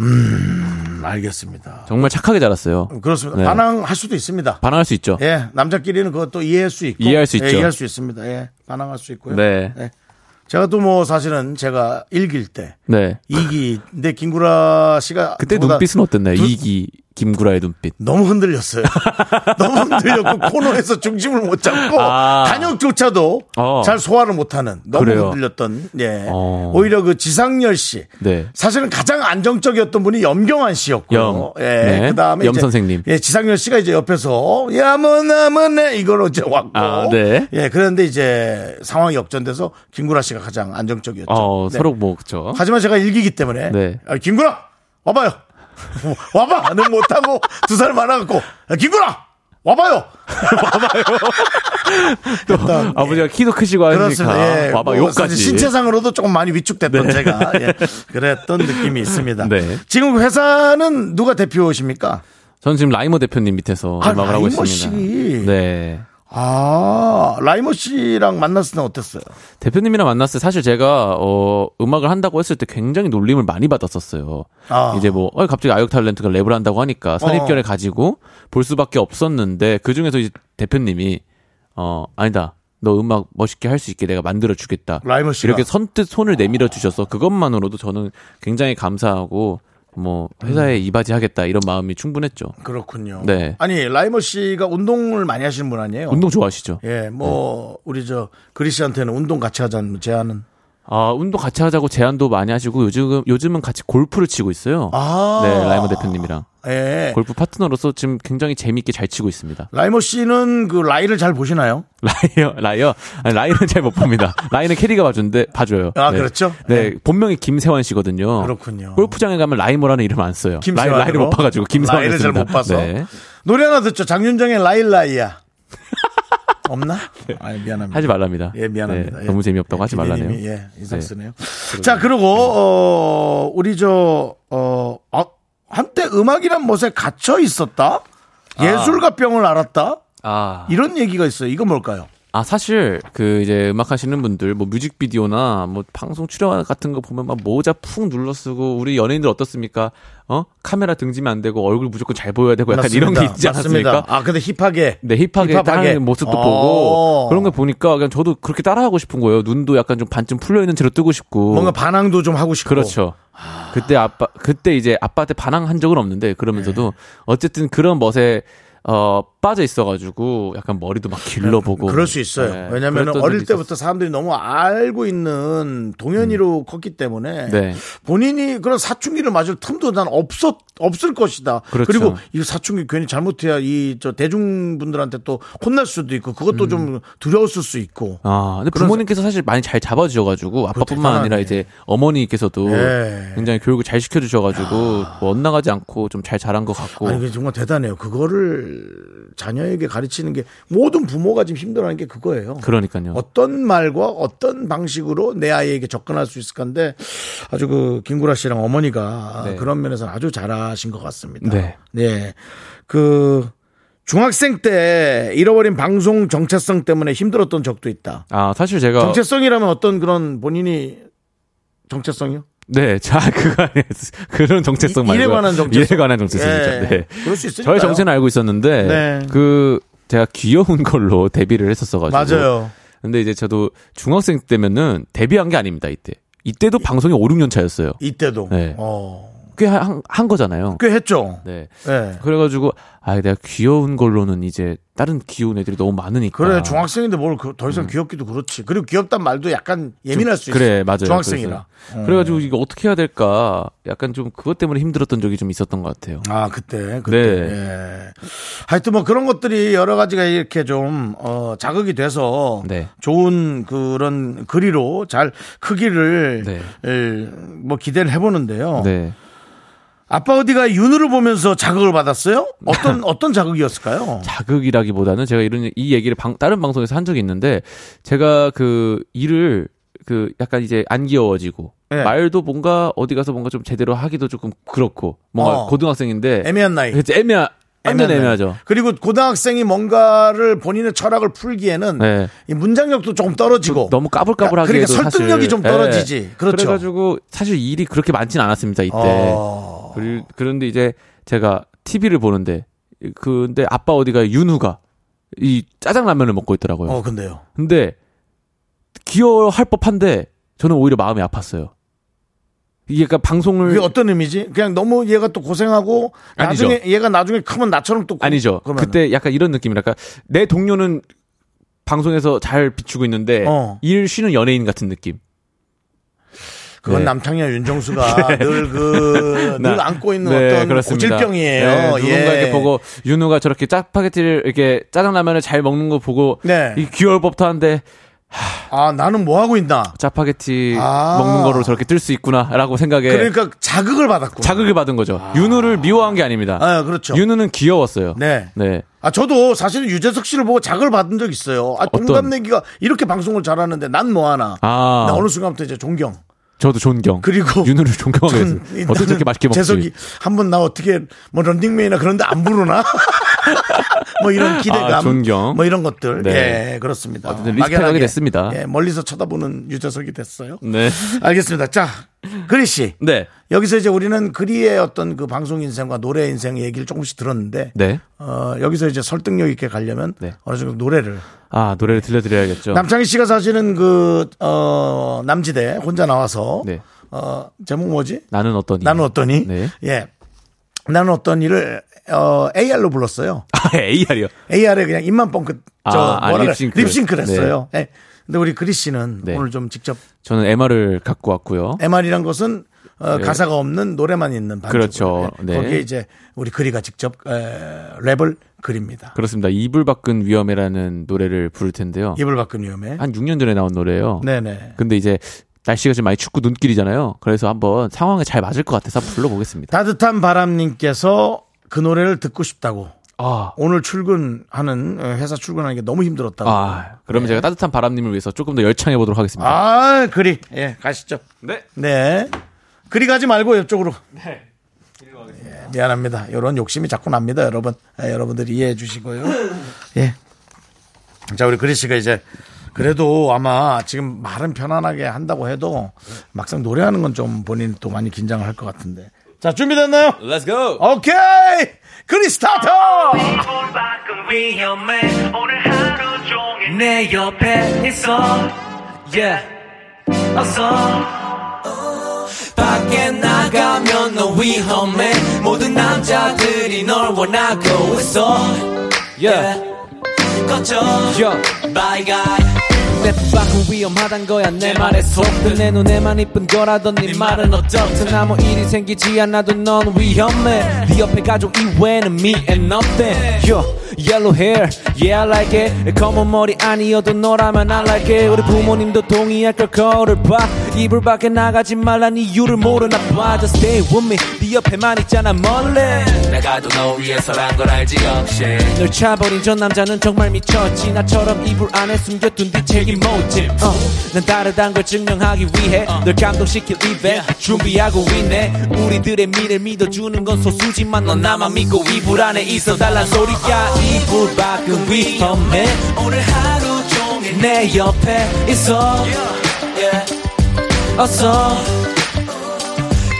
음, 알겠습니다.
정말 착하게 자랐어요.
그렇습니다.
네.
반항할 수도 있습니다.
반항할 수 있죠.
예, 남자끼리는 그것도 이해할 수 있고.
이해할 수
예,
있죠.
이해할 수 있습니다. 예, 반항할 수 있고요.
네.
예. 제가 또 뭐 사실은 제가 일길 때
네.
이기 근데 김구라 씨가
그때
저보다
눈빛은 어땠나요?
눈-
이기 김구라의 눈빛.
너무 흔들렸어요. 너무 흔들렸고 코너에서 중심을 못 잡고
아.
단역조차도
어.
잘 소화를 못하는 너무
그래요.
흔들렸던 예
어.
오히려 그 지상열 씨
네.
사실은 가장 안정적이었던 분이 염경환 씨였고
염.
예
네.
그다음에
염
이제
선생님.
예 지상열 씨가 이제 옆에서 야무나무네 이걸로 이제 왔고
아, 네.
예 그런데 이제 상황이 역전돼서 김구라 씨가 가장 안정적이었죠.
어,
네.
서로 뭐 그쵸.
하지만 제가 일기기 때문에
네.
아, 김구라 와봐요 와봐 는 못하고 두 살 많아갖고 아, 김구라 와봐요 와봐요
아버지가 키도 크시고 하니까
예. 그렇습니다. 예.
와봐
뭐
요까지.
사실 신체상으로도 조금 많이 위축됐던 제가 예. 그랬던 느낌이 있습니다.
네.
지금 그 회사는 누가 대표이십니까?
저는 지금 라이머 대표님 밑에서
아,
음악을
라이머
하고 있습니다.
씨.
네.
아 라이머 씨랑 만났을 때 어땠어요?
대표님이랑 만났을 때 사실 제가 어 음악을 한다고 했을 때 굉장히 놀림을 많이 받았었어요.
아.
이제 뭐 어, 갑자기 아역 탤런트가 랩을 한다고 하니까 선입견을
어.
가지고 볼 수밖에 없었는데 그 중에서 이제 대표님이 어 아니다. 너 음악 멋있게 할 수 있게 내가 만들어 주겠다.
라이머 씨가.
이렇게 선뜻 손을 내밀어 주셔서 그것만으로도 저는 굉장히 감사하고 뭐 회사에
음.
이바지 하겠다 이런 마음이 충분했죠.
어. 그렇군요.
네.
아니 라이머 씨가 운동을 많이 하시는 분 아니에요?
운동 네. 좋아하시죠?
예, 뭐 우리 저 그리 씨한테는 운동 같이 하자는 제안은
아, 운동 같이 하자고 제안도 많이 하시고 요즘 요즘은 같이 골프를 치고 있어요.
아.
네, 라이머 대표님이랑
예.
골프 파트너로서 지금 굉장히 재미있게 잘 치고 있습니다.
라이머 씨는 그 라이를 잘 보시나요?
라이어, 라이어, 아니, 라이는 잘 못 봅니다. 라이는 캐리가 봐준데 봐줘요.
아, 그렇죠?
네, 본명이 김세환 씨거든요.
그렇군요.
골프장에 가면 라이머라는 이름 안 써요.
김세환 어?
라이, 를못 봐가지고 김세환
라이를 잘 못 봐서
네.
노래 하나 듣죠. 장윤정의 라일라이야. 없나? 아, 미안합니다.
하지 말랍니다.
예, 미안합니다.
네,
예.
너무 재미없다고
예,
하지 말라네요.
PD님이, 예, 인상 쓰네요. 자, 그리고 어, 우리 저 어, 아, 한때 음악이란 멋에 갇혀 있었다. 예술가 병을 알았다.
아,
이런 얘기가 있어요. 이거 뭘까요?
아 사실 그 이제 음악 하시는 분들 뭐 뮤직비디오나 뭐 방송 출연 같은 거 보면 막 모자 푹 눌러 쓰고 우리 연예인들 어떻습니까? 어 카메라 등지면 안 되고 얼굴 무조건 잘 보여야 되고 뭐 약간 이런 게
맞습니다.
있지 않았습니까?
맞습니다. 아, 근데 힙하게.
네, 힙하게
힙합하게.
다른 모습도
어.
보고 그런 걸 보니까 그냥 저도 그렇게 따라하고 싶은 거예요. 눈도 약간 좀 반쯤 풀려 있는 채로 뜨고 싶고
뭔가 반항도 좀 하고 싶고.
그렇죠. 그때 아빠 그때 이제 아빠한테 반항한 적은 없는데
네.
그러면서도 어쨌든 그런 멋에 어 빠져 있어가지고 약간 머리도 막 길러보고
그럴 수 있어요.
네,
왜냐하면
그랬던
어릴
적이
때부터 사람들이 너무 알고 있는 동현이로 컸기 때문에
음. 네.
본인이 그런 사춘기를 맞을 틈도 난 없었 없을 것이다.
그렇죠.
리고이 사춘기 괜히 잘못해야 이 저 대중분들한테 또 혼날 수도 있고 그것도 좀 두려웠을 수 있고.
음. 아, 근데 부모님께서 사실 많이 잘 잡아주셔가지고 아빠뿐만
대단하네.
아니라 이제 어머니께서도
그렇죠. 예.
굉장히 교육을 잘 시켜주셔가지고 뭐 엇나가지 않고 좀 잘 자란 것 같고
아니 그 이게 정말 대단해요. 그거를 자녀에게 가르치는 게 모든 부모가 지금 힘들어하는 게 그거예요.
그러니까요.
어떤 말과 어떤 방식으로 내 아이에게 접근할 수 있을 건데 아주 그 김구라 씨랑 어머니가
네.
그런 면에서 아주 잘하신 것 같습니다.
네.
네. 그 중학생 때 잃어버린 방송 정체성 때문에 힘들었던 적도 있다.
아 사실 제가
정체성이라면 어떤 그런 본인이 정체성이요?
네, 자 그거 아니에요. 그런 정체성
이-
말고
일에 관한 정체성.
일에 관한 정체성이죠.
예.
네.
그럴 수 있으니까요.
저의 정체는 알고 있었는데
네.
그 제가 귀여운 걸로 데뷔를 했었어가지고
맞아요.
근데 이제 저도 중학생 때면은 데뷔한 게 아닙니다 이때. 이때도 방송이 5, 6년 차였어요.
이때도
네.
어.
꽤 한 한 거잖아요.
꽤 했죠.
네.
네.
그래가지고 아 내가 귀여운 걸로는 이제 다른 귀여운 애들이 너무 많으니까
그래 중학생인데 뭘 더 이상 귀엽기도 그렇지. 그리고 귀엽단 말도 약간 예민할 수 있어.
음. 그래 맞아요
중학생이라. 음.
그래서. 그래가지고 이거 어떻게 해야 될까 약간 좀 그것 때문에 힘들었던 적이 좀 있었던 것 같아요
아 그때 그때.
네.
예. 하여튼 뭐 그런 것들이 여러 가지가 이렇게 좀 어, 자극이 돼서
네.
좋은 그런 그리로 잘 크기를
네.
예, 뭐 기대를 해보는데요.
네
아빠 어디가 윤우를 보면서 자극을 받았어요? 어떤 어떤 자극이었을까요?
자극이라기보다는 제가 이런 이 얘기를 방- 다른 방송에서 한 적이 있는데 제가 그 일을 그 약간 이제 안 귀여워지고
예.
말도 뭔가 어디 가서 뭔가 좀 제대로 하기도 조금 그렇고 뭔가
어.
고등학생인데
애매한 나이.
그치, 애매하 완전
애매한 나이.
애매하죠
그리고 고등학생이 뭔가를 본인의 철학을 풀기에는
네.
이 문장력도 조금 떨어지고
너무 까불까불하게
그러니까
해도
설득력이
사실- 예.
좀 떨어지지. 그렇죠.
그래가지고 사실 일이 그렇게 많진 않았습니다 이때.
어.
그리- 그런데 이제 제가 TV를 보는데 근데 아빠 어디가 윤우가 이 짜장라면을 먹고 있더라고요.
어 근데요.
근데 귀여워할 법한데 저는 오히려 마음이 아팠어요. 이게 약간 방송을
그게 어떤 의미지? 그냥 너무 얘가 또 고생하고
아니죠.
나중에 얘가 나중에 크면 나처럼 또 고-
아니죠.
그러면은.
그때 약간 이런 느낌이랄까 내 동료는 방송에서 잘 비추고 있는데
어.
일 쉬는 연예인 같은 느낌.
그건
네.
남창이와 윤정수가 늘 그 늘
나-
안고 있는
네,
어떤
그렇습니다.
고질병이에요.
네, 누군가
예.
이렇게 보고 윤우가 저렇게 짜파게티를 이렇게 짜장라면을 잘 먹는 거 보고
네.
이 귀여울 법도 한데
아 나는 뭐 하고 있나?
짜파게티
아.
먹는 거로 저렇게 뜰 수 있구나라고 생각에
그러니까 자극을 받았고.
네. 자극을 받은 거죠. 윤우를 미워한 게 아닙니다.
아 그렇죠.
윤우는 귀여웠어요.
네.
네.
아 저도 사실은 유재석 씨를 보고 자극을 받은 적 있어요. 아
어떤-
동갑내기가 이렇게 방송을 잘하는데 난 뭐 하나.
아.
나 어느 순간부터 이제 존경.
저도 존경.
그리고
윤우를 존경하게
전-
됐어요. 어떻게
나는
저렇게 맛있게 먹지?
재석이 한번 나 어떻게 뭐 런닝맨이나 그런데 안 부르나? 뭐 이런 기대감,
아, 존경.
뭐 이런 것들.
네.
예, 그렇습니다.
어쨌든 리스펙하게
막연하게.
됐습니다.
예, 멀리서 쳐다보는 유재석이 됐어요.
네.
알겠습니다. 자, 그리 씨.
네.
여기서 이제 우리는 그리의 어떤 그 방송 인생과 노래 인생 얘기를 조금씩 들었는데
네.
어, 여기서 이제 설득력 있게 가려면
네.
어느 정도 노래를
아, 노래를 들려드려야겠죠.
남창희 씨가 사실은 그 어, 남지대 혼자 나와서
네.
어, 제목 뭐지?
나는 어떠니?
나는 어떠니?
네.
예. 나는 어떤 일을 어, AR로 불렀어요.
아, AR이요.
AR에 그냥 입만 뻥끗 저
아, 아,
뭐라 그래?
립싱크.
립싱크를 했어요. 예. 근데 우리 그리 씨는
네.
오늘 좀 직접
저는 MR을 갖고 왔고요.
MR이란 것은 어, 가사가 없는 노래만 있는 반주.
네. 그렇죠. 네.
거기에 이제 우리 그리가 직접 에, 랩을 그립니다.
아. 그렇습니다. 이불 밖은 위험해라는 노래를 부를 텐데요.
예.
이불 밖은 위험해.
한 6년 전에 나온 노래예요.
네네.
근데 이제 날씨가 좀 많이 춥고 눈길이잖아요. 그래서 한번 상황에 잘 맞을 것 같아서 한번 불러보겠습니다.
따뜻한 바람님께서 그 노래를 듣고 싶다고
아,
오늘 출근하는 어, 회사 출근하는 게 너무 힘들었다고.
아, 그러면
네.
제가 따뜻한 바람님을 위해서 조금 더 열창해 보도록 하겠습니다.
아, 그리. 예, 가시죠.
네.
네. 그리 가지 말고 옆쪽으로. 네. 예, 미안합니다. 이런 욕심이 자꾸 납니다, 여러분. 예, 여러분들 이해해 주시고요. 예. 자, 우리 그리 씨가 이제 그래도 아마 지금 말은 편안하게 한다고 해도 막상 노래하는 건 좀 본인 또 많이 긴장을 할 것 같은데. 자, 준비됐나요?
Let's go.
오케이! 그리 스타트!
돌박은 위험해 오늘 하루 종일 내 옆에 있어 yeah. 어서 밖에 나가면 너 위험해 모든 남자들이 널 원하고 있어 yeah. 꺼져 Bye guy 내 빡은 위험하단 거야 내 말에 속든 내 눈에만 이쁜 거라던 네 말은 어떻든 아무 일이 생기지 않아도 넌 위험해 네 옆에 가족 이외는 me and nothing Yo, yellow hair, yeah I like it 검은 머리 아니어도 너라면 I like it 우리 부모님도 동의할 걸 거울을 봐 이불 밖에 나가지 말란 이유를 모르나 봐 Just stay with me 네 옆에만 있잖아 멀리
나가도 너 위해서란 걸 알지 역시
널 차버린 저 남자는 정말 미쳤지 나처럼 이불 안에 숨겨둔 뒤 책임 못짐 어, 난 다르단 걸 증명하기 위해 널 감동시킬 이벤 준비하고 있네 우리들의 미래를 믿어주는 건 소수지만 넌 나만 믿고 이불 안에 있어 달란 소리야 이불 밖은 위험해 오늘 하루 종일 내 옆에 있어 어서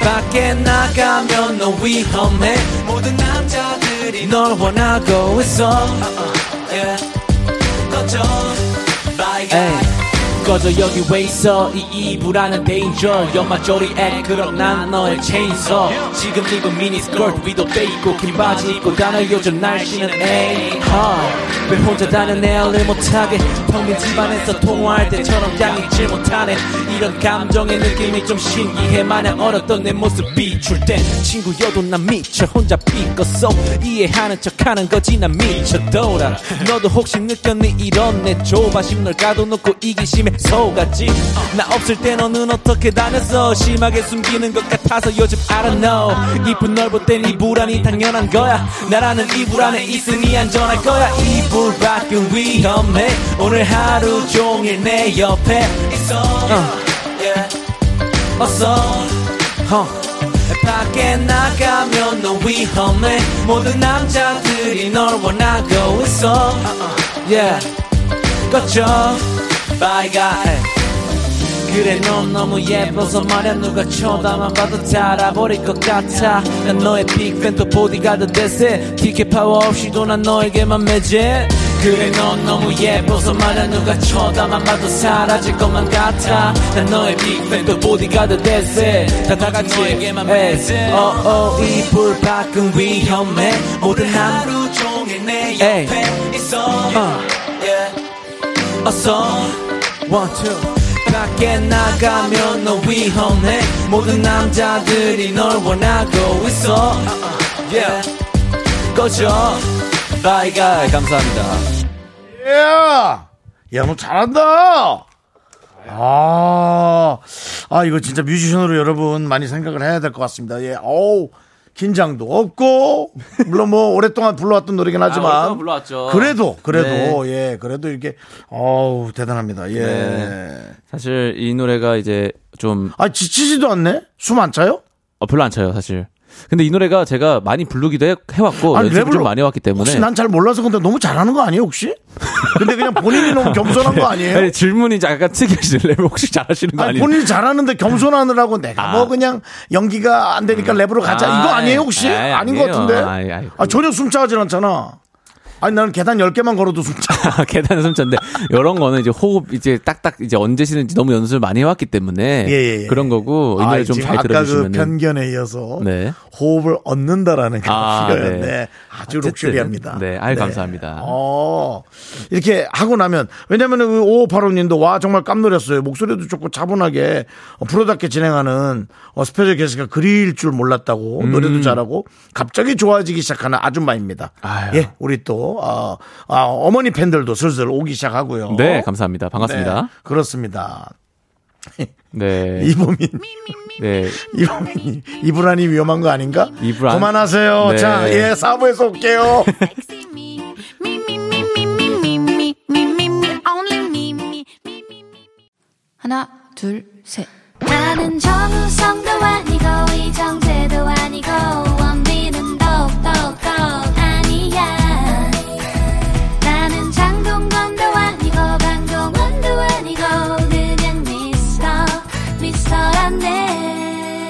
밖에 나가면 너 위험해 모든 남자들이 널 원하고 있어 Uh-uh. Yeah. 꺼져 Bye guy 꺼져 여기 왜 있어 이 이불 안은 danger 연마 조리액 그럼 난 너의 체인서 지금 입은 미니스커트 위도 빼입고 긴 바지 입고 다녀 요즘 날씨는 에이 왜 혼자 다녀내를 못하게 평민 집안에서 통화할 때처럼 양이질 못하네 이런 감정의 느낌이 좀 신기해 마냥 얼었던 내 모습 비출 땐 친구여도 난 미쳐 혼자 삐었어 이해하는 척하는 거지 난 미쳐돌아 너도 혹시 느꼈니 이런 내 조바심 널 가둬놓고 이기심에 속았지 나 없을 때 너는 어떻게 다녔어 심하게 숨기는 것 같아서 요즘 I don't know 이쁜 널 볼 땐 이 불안이 당연한 거야 나라는 이불 안에 있으니 안전할 거야 이불 밖은 위험해 오늘 하루 종일 내 옆에 있어 어서 어. 밖에 나가면 너 위험해 모든 남자들이 널 원하고 있어 yeah. 꺼져 Bye guy 그래 넌 너무 예뻐서 말야 누가 쳐다만 봐도 달아버릴 것 같아 난 너의 빅팬 또 보디가드 대세 티켓 파워 없이도 난 너에게만 매제 그래 넌 너무 예뻐서 말야 누가 쳐다만 봐도 사라질 것만 같아 난 너의 빅팬 또 보디가드 대세 다 다 같이 너에게만 매제 어어 이불 밖은 위험해 모든 하루 종일 내 옆에 있어 어서 One, two 밖에 나가면 너 위험해 모든 남자들이 널 원하고 있어 Uh-uh. yeah. 꺼져 Bye guy 감사합니다
야! 예. 야, 너 잘한다! 아, 아, 이거 진짜 뮤지션으로 여러분 많이 생각을 해야 될 것 같습니다. 예, 어우, 긴장도 없고, 물론 뭐, 오랫동안 불러왔던 노래긴 하지만.
아, 오랫동안 불러왔죠.
그래도, 그래도, 예, 그래도 이렇게, 어우, 대단합니다. 예.
네. 사실 이 노래가 이제 좀
아, 지치지도 않네? 숨 안 차요?
어, 별로 안 차요, 사실. 근데 이 노래가 제가 많이 부르기도 해, 해왔고
아니,
어, 연습을
랩을
좀 많이 해왔기 때문에
혹시 난 잘 몰라서 근데 너무 잘하는 거 아니에요, 혹시? 근데 그냥 본인이 너무 겸손한 거 아니에요?
아니, 질문이 약간 특이하시죠. 랩 혹시 잘하시는 거
아니,
아니에요?
본인이 잘하는데 겸손하느라고 내가 뭐 그냥 연기가 안 되니까 랩으로 가자.
아,
이거 아니에요, 혹시?
아이,
아닌 것
아니에요.
같은데?
아이, 아이,
아, 전혀 숨차하진 않잖아. 아니, 나는 계단 10개만 걸어도 숨차.
계단에 숨차인데 이런 거는 이제 호흡 이제 딱딱 이제 언제 쉬는지 너무 연습을 많이 해왔기 때문에
예, 예, 예.
그런 거고 이
아,
노래 좀
지금
잘
아까 그
들어주시면
편견에 이어서
네.
호흡을 얻는다라는 게
아,
필요해요. 네.
네.
아주
어쨌든,
록실리합니다.
네, 아유, 감사합니다.
어, 이렇게 하고 나면 왜냐면 은그 오오팔오님도 와 정말 깜놀했어요. 목소리도 좋고 차분하게 어, 프로답게 진행하는 어, 스페셜 게스트가 그리일 줄 몰랐다고
음.
노래도 잘하고 갑자기 좋아지기 시작하는 아줌마입니다.
아유.
예, 우리 또 어, 아, 어머니 팬들도 슬슬 오기 시작하고요.
네 감사합니다 반갑습니다
네, 그렇습니다.
네 네,
이보민 이분이 이불안이 위험한 거 아닌가?
이불안.
그만하세요.
네.
자, 예, 사부에서 올게요.
Sexy me, me, me, me, me, me, me, me, me, me, me, only me, me, me, me, me.
하나, 둘, 셋.
나는 정우성도 아니고 이정재도 아니고 원빈은 더욱더 아니야 나는 장동건도 아니고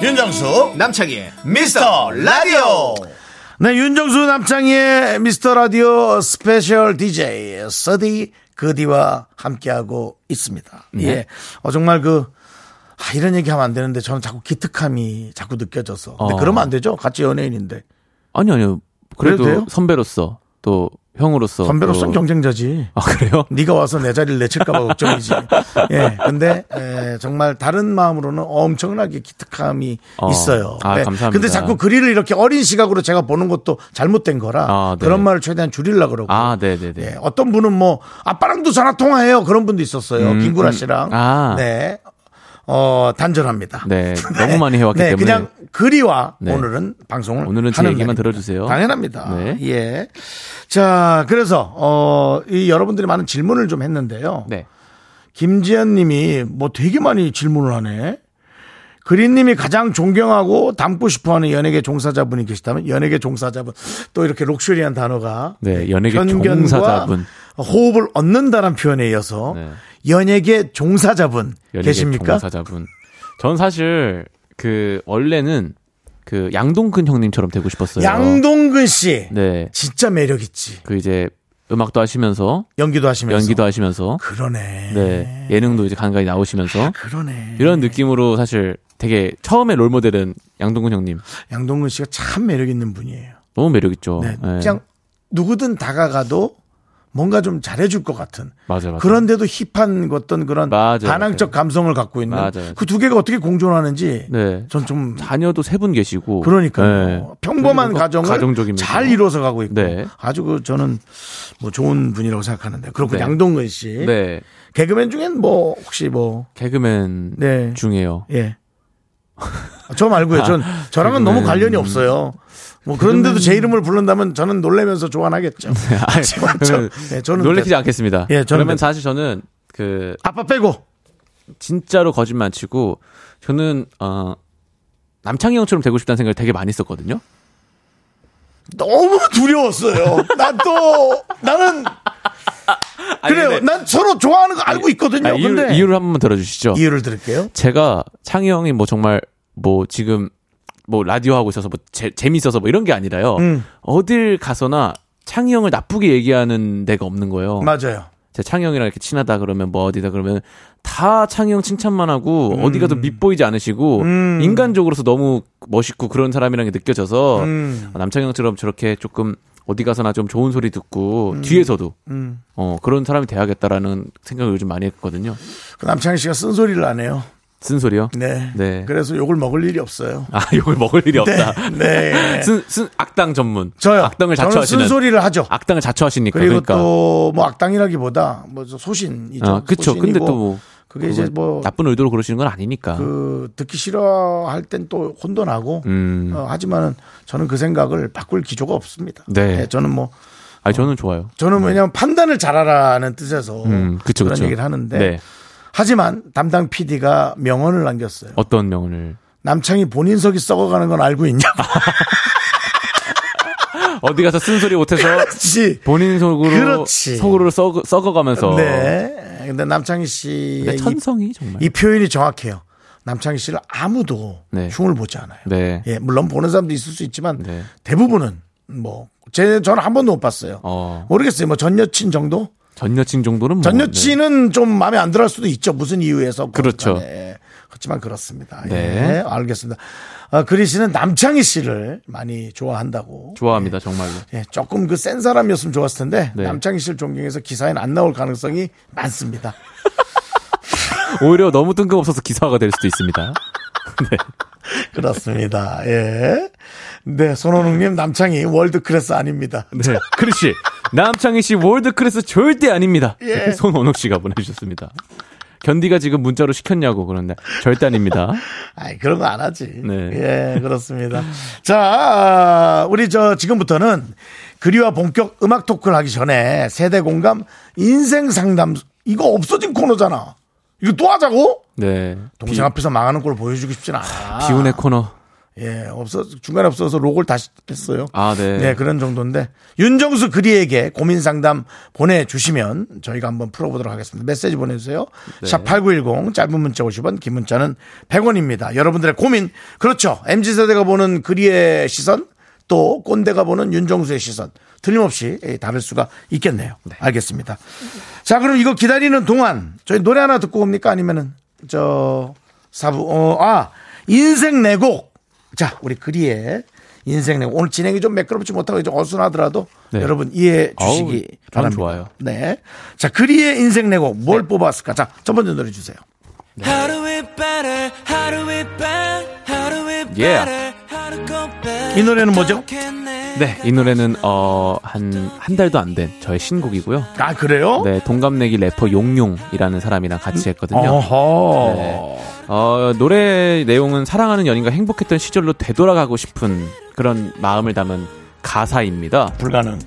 윤정수
남창희의
미스터 라디오 네 윤정수 남창희의 미스터 라디오 스페셜 DJ 서디 그디와 함께하고 있습니다
네.
예. 어, 정말 그 아, 이런 얘기 하면 안 되는데 저는 자꾸 기특함이 자꾸 느껴져서 근데
어.
그러면 안 되죠 같이 연예인인데
아니 아니요.
그래도 돼요?
그래도 선배로서 또 형으로서
선배로서는
또-
경쟁자지
아 그래요?
네가 와서 내 자리를 내칠까봐 걱정이지. 예, 근데 에, 정말 다른 마음으로는 엄청나게 기특함이
어.
있어요. 네.
아, 감사합니다.
근데 자꾸 그리를 이렇게 어린 시각으로 제가 보는 것도 잘못된 거라
아, 네.
그런 말을 최대한 줄이려고 그러고.
아, 네, 네, 네.
예, 어떤 분은 뭐 아빠랑도 전화 통화해요 그런 분도 있었어요.
음,
김구라
음.
씨랑.
아.
네. 어 단절합니다.
네, 너무 많이 해왔기
네,
때문에.
그냥 그리와
네.
오늘은 방송을
오늘은 제
하는
얘기만
날입니다.
들어주세요.
당연합니다.
네.
예. 자, 그래서 어, 이 여러분들이 많은 질문을 좀 했는데요.
네.
김지현 님이 뭐 되게 많이 질문을 하네. 그린 님이 가장 존경하고 닮고 싶어 하는 연예계 종사자분이 계시다면 연예계 종사자분 또 이렇게 럭셔리한 단어가
네, 연예계
편견과
종사자분.
호흡을 얻는다는 표현에 이어서
네.
연예계 종사자분
연예계
계십니까?
종사자분. 전 사실 그 원래는 그 양동근 형님처럼 되고 싶었어요.
양동근 씨.
네.
진짜 매력 있지.
그 이제 음악도 하시면서
연기도 하시면서.
연기도 하시면서
그러네.
네. 예능도 이제 간간히 나오시면서
아, 그러네.
이런 느낌으로 사실 되게 처음에 롤모델은 양동근 형님.
양동근 씨가 참 매력 있는 분이에요.
너무 매력 있죠.
네.
네.
그냥 누구든 다가가도 뭔가 좀 잘해줄 것 같은.
맞아요, 맞아요.
그런데도 힙한 어떤 그런
맞아요,
반항적 감성을 갖고 있는
맞아요, 맞아요.
그 두 개가 어떻게 공존하는지
네.
전 좀
자녀도 세 분 계시고
그러니까요.
네.
평범한
그리고
가정을
가정적이면서.
잘 이루어서 가고 있고
네.
아주 그 저는 뭐 좋은 분이라고 생각하는데 그렇고
네.
양동근 씨
네.
개그맨 중엔 뭐 혹시 뭐
개그맨
네.
중에요.
예. 저 말고요. 전
아,
저랑은 너무
그러면은-
관련이 없어요. 뭐 그런데도 제 이름을 부른다면 저는 놀래면서 좋아하겠죠. 하지만 저,
네, 그러면
네, 저는
놀래키지
됐-
않겠습니다.
예, 저는
그러면
됐-
사실 저는 그
아빠 빼고
진짜로 거짓말 안 치고 저는 어 남창희 형처럼 되고 싶다는 생각을 되게 많이 했었거든요.
너무 두려웠어요. 난 또 나는 아, 그래요.
근데-
난 서로 좋아하는 거 알고 있거든요.
아, 이유,
근데
이유를 한번 만 들어주시죠.
이유를 들을게요.
제가 창희 형이 뭐 정말 뭐 지금 뭐 라디오 하고 있어서 뭐 재, 재밌어서 뭐 이런 게 아니라요.
음.
어딜 가서나 창희 형을 나쁘게 얘기하는 데가 없는 거예요.
맞아요.
제 창희 형이랑 이렇게 친하다 그러면 뭐 어디다 그러면 다 창희 형 칭찬만 하고
음.
어디 가도 밉보이지 않으시고 인간적으로서 너무 멋있고 그런 사람이라는 게 느껴져서
음.
남창희 형처럼 저렇게 조금 어디 가서나 좀 좋은 소리 듣고
음.
뒤에서도 어 그런 사람이 돼야겠다라는 생각을 요즘 많이 했거든요.
그 남창희 씨가 쓴소리를 안 해요.
쓴소리요?
네.
네.
그래서 욕을 먹을 일이 없어요.
아, 욕을 먹을 일이 없다.
네.
쓴, 쓴 악당 전문.
저요.
악당을
저는
자처하시는.
쓴소리를 하죠.
악당을 자처하시니까.
그리고
그러니까.
또 뭐 악당이라기보다 뭐저 소신이죠.
아, 그쵸.
소신이고
근데 또 뭐.
그게 이제
그건
뭐
나쁜 의도로 그러시는 건 아니니까.
그 듣기 싫어할 땐 또 혼돈하고
음.
어, 하지만은 저는 그 생각을 바꿀 기조가 없습니다.
네.
저는 뭐
아니, 저는 좋아요.
저는 왜냐하면 판단을 잘하라는 뜻에서
음, 그쵸,
그런
그쵸.
얘기를 하는데
네.
하지만 담당 PD가 명언을 남겼어요.
어떤 명언을.
남창이 본인석이 썩어가는 건 알고 있냐고.
어디 가서 쓴소리 못해서
그렇지.
본인 속으로.
그렇지.
속으로 썩, 썩어가면서.
네. 근데 남창희 씨의
근데
이-
천성이 정말.
이 표현이 정확해요. 남창희 씨를 아무도
네.
흉을 보지 않아요.
네.
예, 물론 보는 사람도 있을 수 있지만
네.
대부분은 뭐, 제, 저는 한 번도 못 봤어요.
어.
모르겠어요. 뭐 전 여친 정도?
전 여친 정도는 뭐.
전 여친은 좀 마음에 안 들어 할 수도 있죠. 무슨 이유에서.
그렇죠.
네. 그렇지만 그렇습니다.
네.
예, 알겠습니다. 아, 그리 씨는 남창희 씨를 많이 좋아한다고.
네. 좋아합니다, 정말로.
예, 조금 그 센 사람이었으면 좋았을 텐데
네.
남창희 씨를 존경해서 기사엔 안 나올 가능성이 많습니다.
오히려 너무 뜬금없어서 기사화가 될 수도 있습니다. 네.
그렇습니다. 예. 네, 손호농님 남창희 월드 클래스 아닙니다.
네. 그렇지. 남창희 씨 월드클래스 절대 아닙니다.
예.
손원옥 씨가 보내주셨습니다. 견디가 지금 문자로 시켰냐고 그런데 절대 아닙니다.
아이 그런 거 안 하지.
네.
예, 그렇습니다. 자, 아, 우리 저 지금부터는 그리와 본격 음악 토크를 하기 전에 세대 공감 인생 상담 이거 없어진 코너잖아. 이거 또 하자고?
네.
동생 앞에서 망하는 걸 보여주고 싶진 않아.
비운의 코너.
예, 없어 중간에 없어서 록을 다시 했어요.
아, 네.
그런 정도인데 윤정수 그리에게 고민 상담 보내 주시면 저희가 한번 풀어 보도록 하겠습니다. 메시지 보내 주세요.
네.
샵8910 짧은 문자 50원, 긴 문자는 100원입니다. 여러분들의 고민. 그렇죠. MZ 세대가 보는 그리의 시선 또 꼰대가 보는 윤정수의 시선 틀림없이 예, 다를 수가 있겠네요. 알겠습니다. 자, 그럼 이거 기다리는 동안 저희 노래 하나 듣고 옵니까? 아니면은 저 사부 어, 아 인생 내곡. 자, 우리 그리의 인생 네 내곡. 오늘 진행이 좀 매끄럽지 못하고 좀 어수선하더라도
네.
여러분 이해해
아우,
주시기
전
바랍니다.
좋아요. 네.
네. 자, 그리의 인생 네 내곡 뭘 뽑았을까? 자, 첫 번째 노래 주세요.
하루에 better, 하루에 better, 하루에
Yeah.
better, 하루가
이 노래는 뭐죠?
네, 이 노래는 어, 한, 한 달도 안 된 저의 신곡이고요.
아, 그래요?
네, 동갑내기 래퍼 용용이라는 사람이랑 같이 했거든요.
음? 어허.
네. 어, 노래 내용은 사랑하는 연인과 행복했던 시절로 되돌아가고 싶은 그런 마음을 담은 가사입니다.
불가능.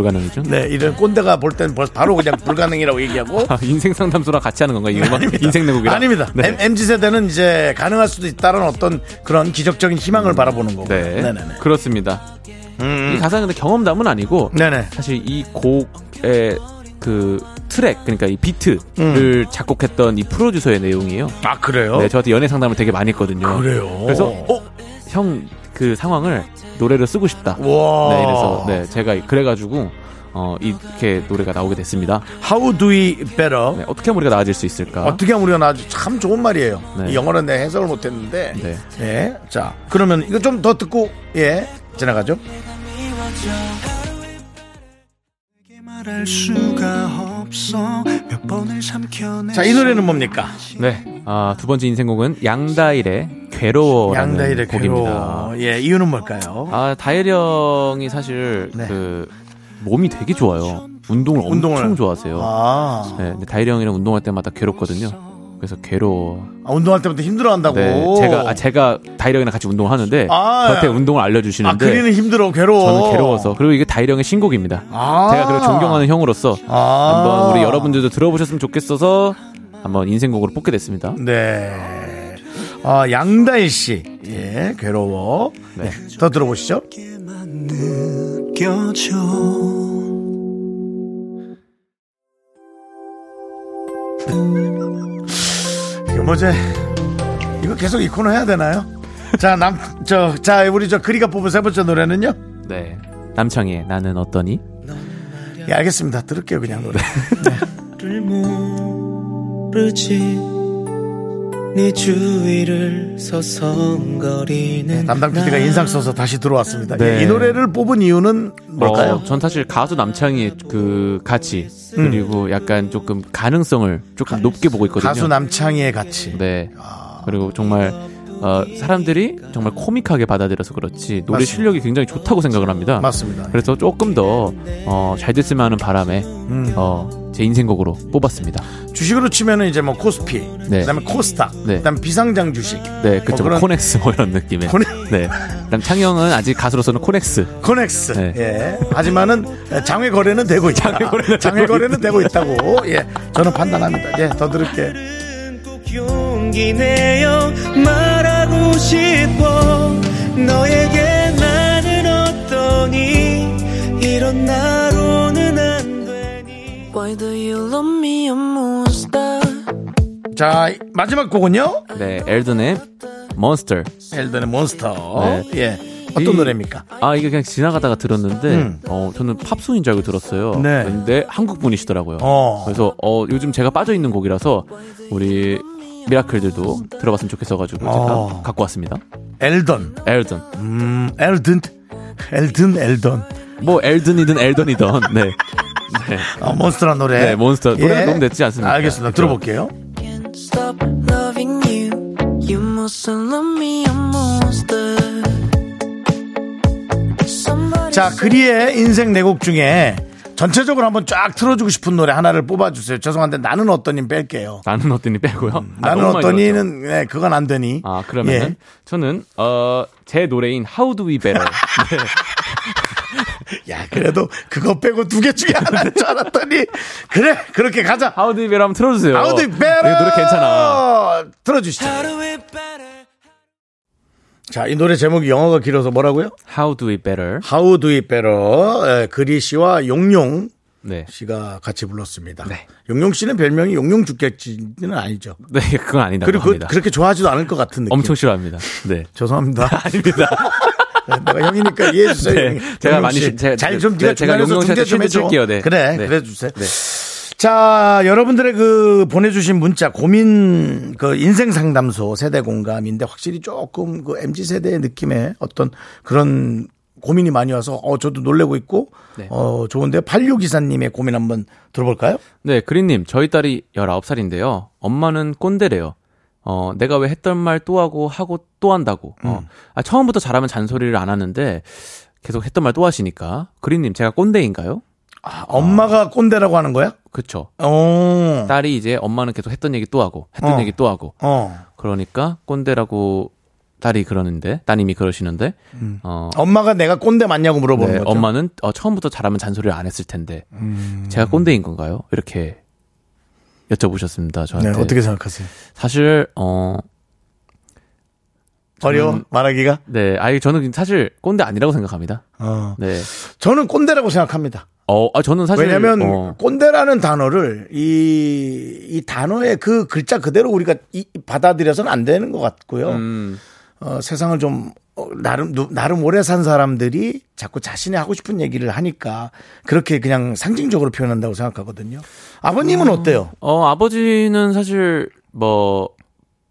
불가능이죠?
네, 이런 꼰대가 볼 땐 벌써 바로 그냥 불가능이라고 얘기하고
아, 인생 상담소랑 같이 하는 건가요? 이 음악?
아닙니다.
인생 내곡이랑?
아닙니다.
네.
MZ 세대는 이제 가능할 수도 있다는 어떤 그런 기적적인 희망을 바라보는 거고.
네.
음. 네, 네, 네.
그렇습니다. 이
음.
가사는 근데 경험담은 아니고
네, 네.
사실 이 곡의 그 트랙 그러니까 이
음.
비트를 작곡했던 이 프로듀서의 내용이에요.
아, 그래요?
네, 저한테 연애 상담을 되게 많이 했거든요.
아, 그래요. 어,
그래서 형 그 상황을 노래로 쓰고 싶다.
와.
네, 그래서 네, 제가 그래가지고 어 이렇게 노래가 나오게 됐습니다.
How do we better?
네, 어떻게 하면 우리가 나아질 수 있을까?
어떻게 하면 우리가 나아지? 참 좋은 말이에요.
네.
이 영어는 내 해석을 못했는데.
네.
예. 자, 그러면 이거 좀 더 듣고, 예. 지나가죠.
말할 수가 없어 몇 번을 삼켜내
자, 이 노래는 뭡니까?
네, 아, 두 번째 인생곡은 양다일의 괴로워라는
양다일의
곡입니다.
괴로워. 예, 이유는 뭘까요?
아 다일 형이 사실
네.
그 몸이 되게 좋아요. 운동을,
운동을.
엄청 좋아하세요.
아,
네, 근데 다일 형이랑 운동할 때마다 괴롭거든요. 그래서 괴로워.
아, 운동할 때부터 힘들어 한다고.
네, 제가 아, 제가 다일 형이랑 같이 운동을 하는데
아.
저한테 운동을
아,
알려주시는데
그리는 힘들어, 괴로워.
저는 괴로워서 그리고 이게 다일 형의 신곡입니다.
아.
제가 그걸 존경하는 형으로서
아.
한번 우리 여러분들도 들어보셨으면 좋겠어서 한번 인생곡으로 뽑게 됐습니다.
네. 아, 양다일 씨. 예, 괴로워.
네.
예, 더 들어보시죠. 이거 뭐지? 이거 계속 이 코너 해야 되나요? 자, 남, 저, 자, 우리 저 그리가 뽑은 세 번째 노래는요?
네, 남창희의 나는 어떠니?
예, 알겠습니다. 들을게요, 그냥 노래.
를 모르지 네 주위를 서성거리는
담당 PD가 인상 써서 다시 들어왔습니다.
네.
예, 이 노래를 뽑은 이유는 뭘까요?
어, 전 사실 가수 남창희 그 같이 그리고 약간 조금 가능성을 조금 높게 보고
음.
있거든요.
가수 남창희의 아. 같이.
네. 그리고 정말 어, 사람들이 정말 코믹하게 받아들여서 그렇지 노래
맞습니다.
실력이 굉장히 좋다고 생각을 합니다.
맞습니다.
그래서 조금 더 어, 잘 됐으면 하는 바람에 어, 제 인생곡으로 뽑았습니다.
음. 주식으로 치면은 이제 뭐 코스피,
네.
그다음에 코스닥,
네.
그다음에 비상장 주식,
네, 그쵸.
뭐 그런-
코넥스 뭐 이런 느낌의.
코넥-
네. 그다음 창영은 아직 가수로서는 코넥스.
코넥스.
네.
예. 하지만은 장외 거래는 되고 있다. 장외 거래는, 되고 있다고. 예. 저는 판단합니다. 예. 더 들을게.
꼭 용기 내요 말하고 싶어 너에게 나는 어떠니 이런 나로는 안 되니 Why do you love me a monster
자, 마지막 곡은요.
네, 엘든의 몬스터.
엘든의 몬스터.
네.
예. 어떤
이-
노래입니까?
아 이게 그냥 지나가다가 들었는데
음.
어 저는 팝송인 줄 알고 들었어요.
네.
근데 한국 분이시더라고요.
어.
그래서 어 요즘 제가 빠져 있는 곡이라서 우리 미라클들도 들어봤으면 좋겠어가지고
어.
제가 갖고 왔습니다.
엘던.
엘든
음, 엘든. 엘든, 엘던.
뭐 엘든이든 엘던이든 네. 네.
어, 몬스터란 노래. 예.
네, 몬스터. 노래는 너무 냈지 않습니까?
알겠습니다.
그렇죠.
들어볼게요.
Stop loving you You mustn't love me a monster Somebody
자, 그리의 인생 네 곡 중에 전체적으로 한번 쫙 틀어주고 싶은 노래 하나를 뽑아주세요. 죄송한데 나는 어떠님 뺄게요.
나는 어떠니 빼고요. 아,
나는
너무 많이 들었죠.
어떠니는 네, 그건 안 되니.
아 그러면은
예.
저는 어 제 노래인 How Do We Better
예. 야 그래도 그거 빼고 두 개 중에 하나인 줄 알았더니 그래 그렇게 가자.
How Do We Better 한번 틀어주세요. 네,
How do you better?
이 노래 괜찮아.
들어주시죠.
하루에 better
자, 이 노래 제목이 영어가 길어서 뭐라고요?
How do we better?
How do we better? 예, 그리 씨와 용용
네.
씨가 같이 불렀습니다. 용용 씨는 별명이 용용 죽겠지는 아니죠.
네, 그건 아니다.
그리고 그,
합니다.
렇게 좋아하지도 않을 것 같은 느낌.
엄청 싫어합니다. 네.
죄송합니다.
아닙니다.
내가 형이니까 이해해 주세요.
네,
형님.
제가
용용
많이
씨.
시- 제가-
잘 좀
네,
네가
제가
중간에서
용용
중재
씨한테
좀 해줘.
칠게요. 네.
그래,
네.
그래 주세요. 자, 여러분들의 그 보내주신 문자 고민 그 인생 상담소 세대 공감인데 확실히 조금 그 mz 세대의 느낌의 어떤 그런 고민이 많이 와서 어 저도 놀래고 있고
네.
어 좋은데 86 기사님의 고민 한번 들어볼까요?
네, 그린님, 저희 딸이 19살인데요. 엄마는 꼰대래요. 어, 내가 왜 했던 말 또 하고, 하고 또 한다고. 어, 아, 처음부터 잘하면 잔소리를 안 하는데, 계속 했던 말 또 하시니까. 그린님, 제가 꼰대인가요?
아, 엄마가 꼰대라고 하는 거야?
그쵸.
어.
딸이 이제 엄마는 계속 했던 얘기 또 하고, 했던
어.
얘기 또 하고.
어.
그러니까 꼰대라고 딸이 그러는데, 따님이 그러시는데, 어,
엄마가 내가 꼰대 음. 아, 맞냐고 물어보는
네,
거죠. 음.
엄마는 어, 처음부터 잘하면 잔소리를 안 했을 텐데, 제가 꼰대인 건가요? 이렇게 여쭤보셨습니다,
네,
저한테.
어떻게 생각하세요?
사실 어
어려워 말하기가.
네, 아니 저는 사실 꼰대 아니라고 생각합니다.
어.
네,
저는 꼰대라고 생각합니다.
어, 아 저는 사실
왜냐하면
어,
꼰대라는 단어를 이, 이 단어의 그 글자 그대로 우리가 이, 받아들여서는 안 되는 것 같고요.
음,
어, 세상을 좀 어, 나름 누- 나름 오래 산 사람들이 자꾸 자신이 하고 싶은 얘기를 하니까 그렇게 그냥 상징적으로 표현한다고 생각하거든요. 아버님은 어때요?
어, 아버지는 사실 뭐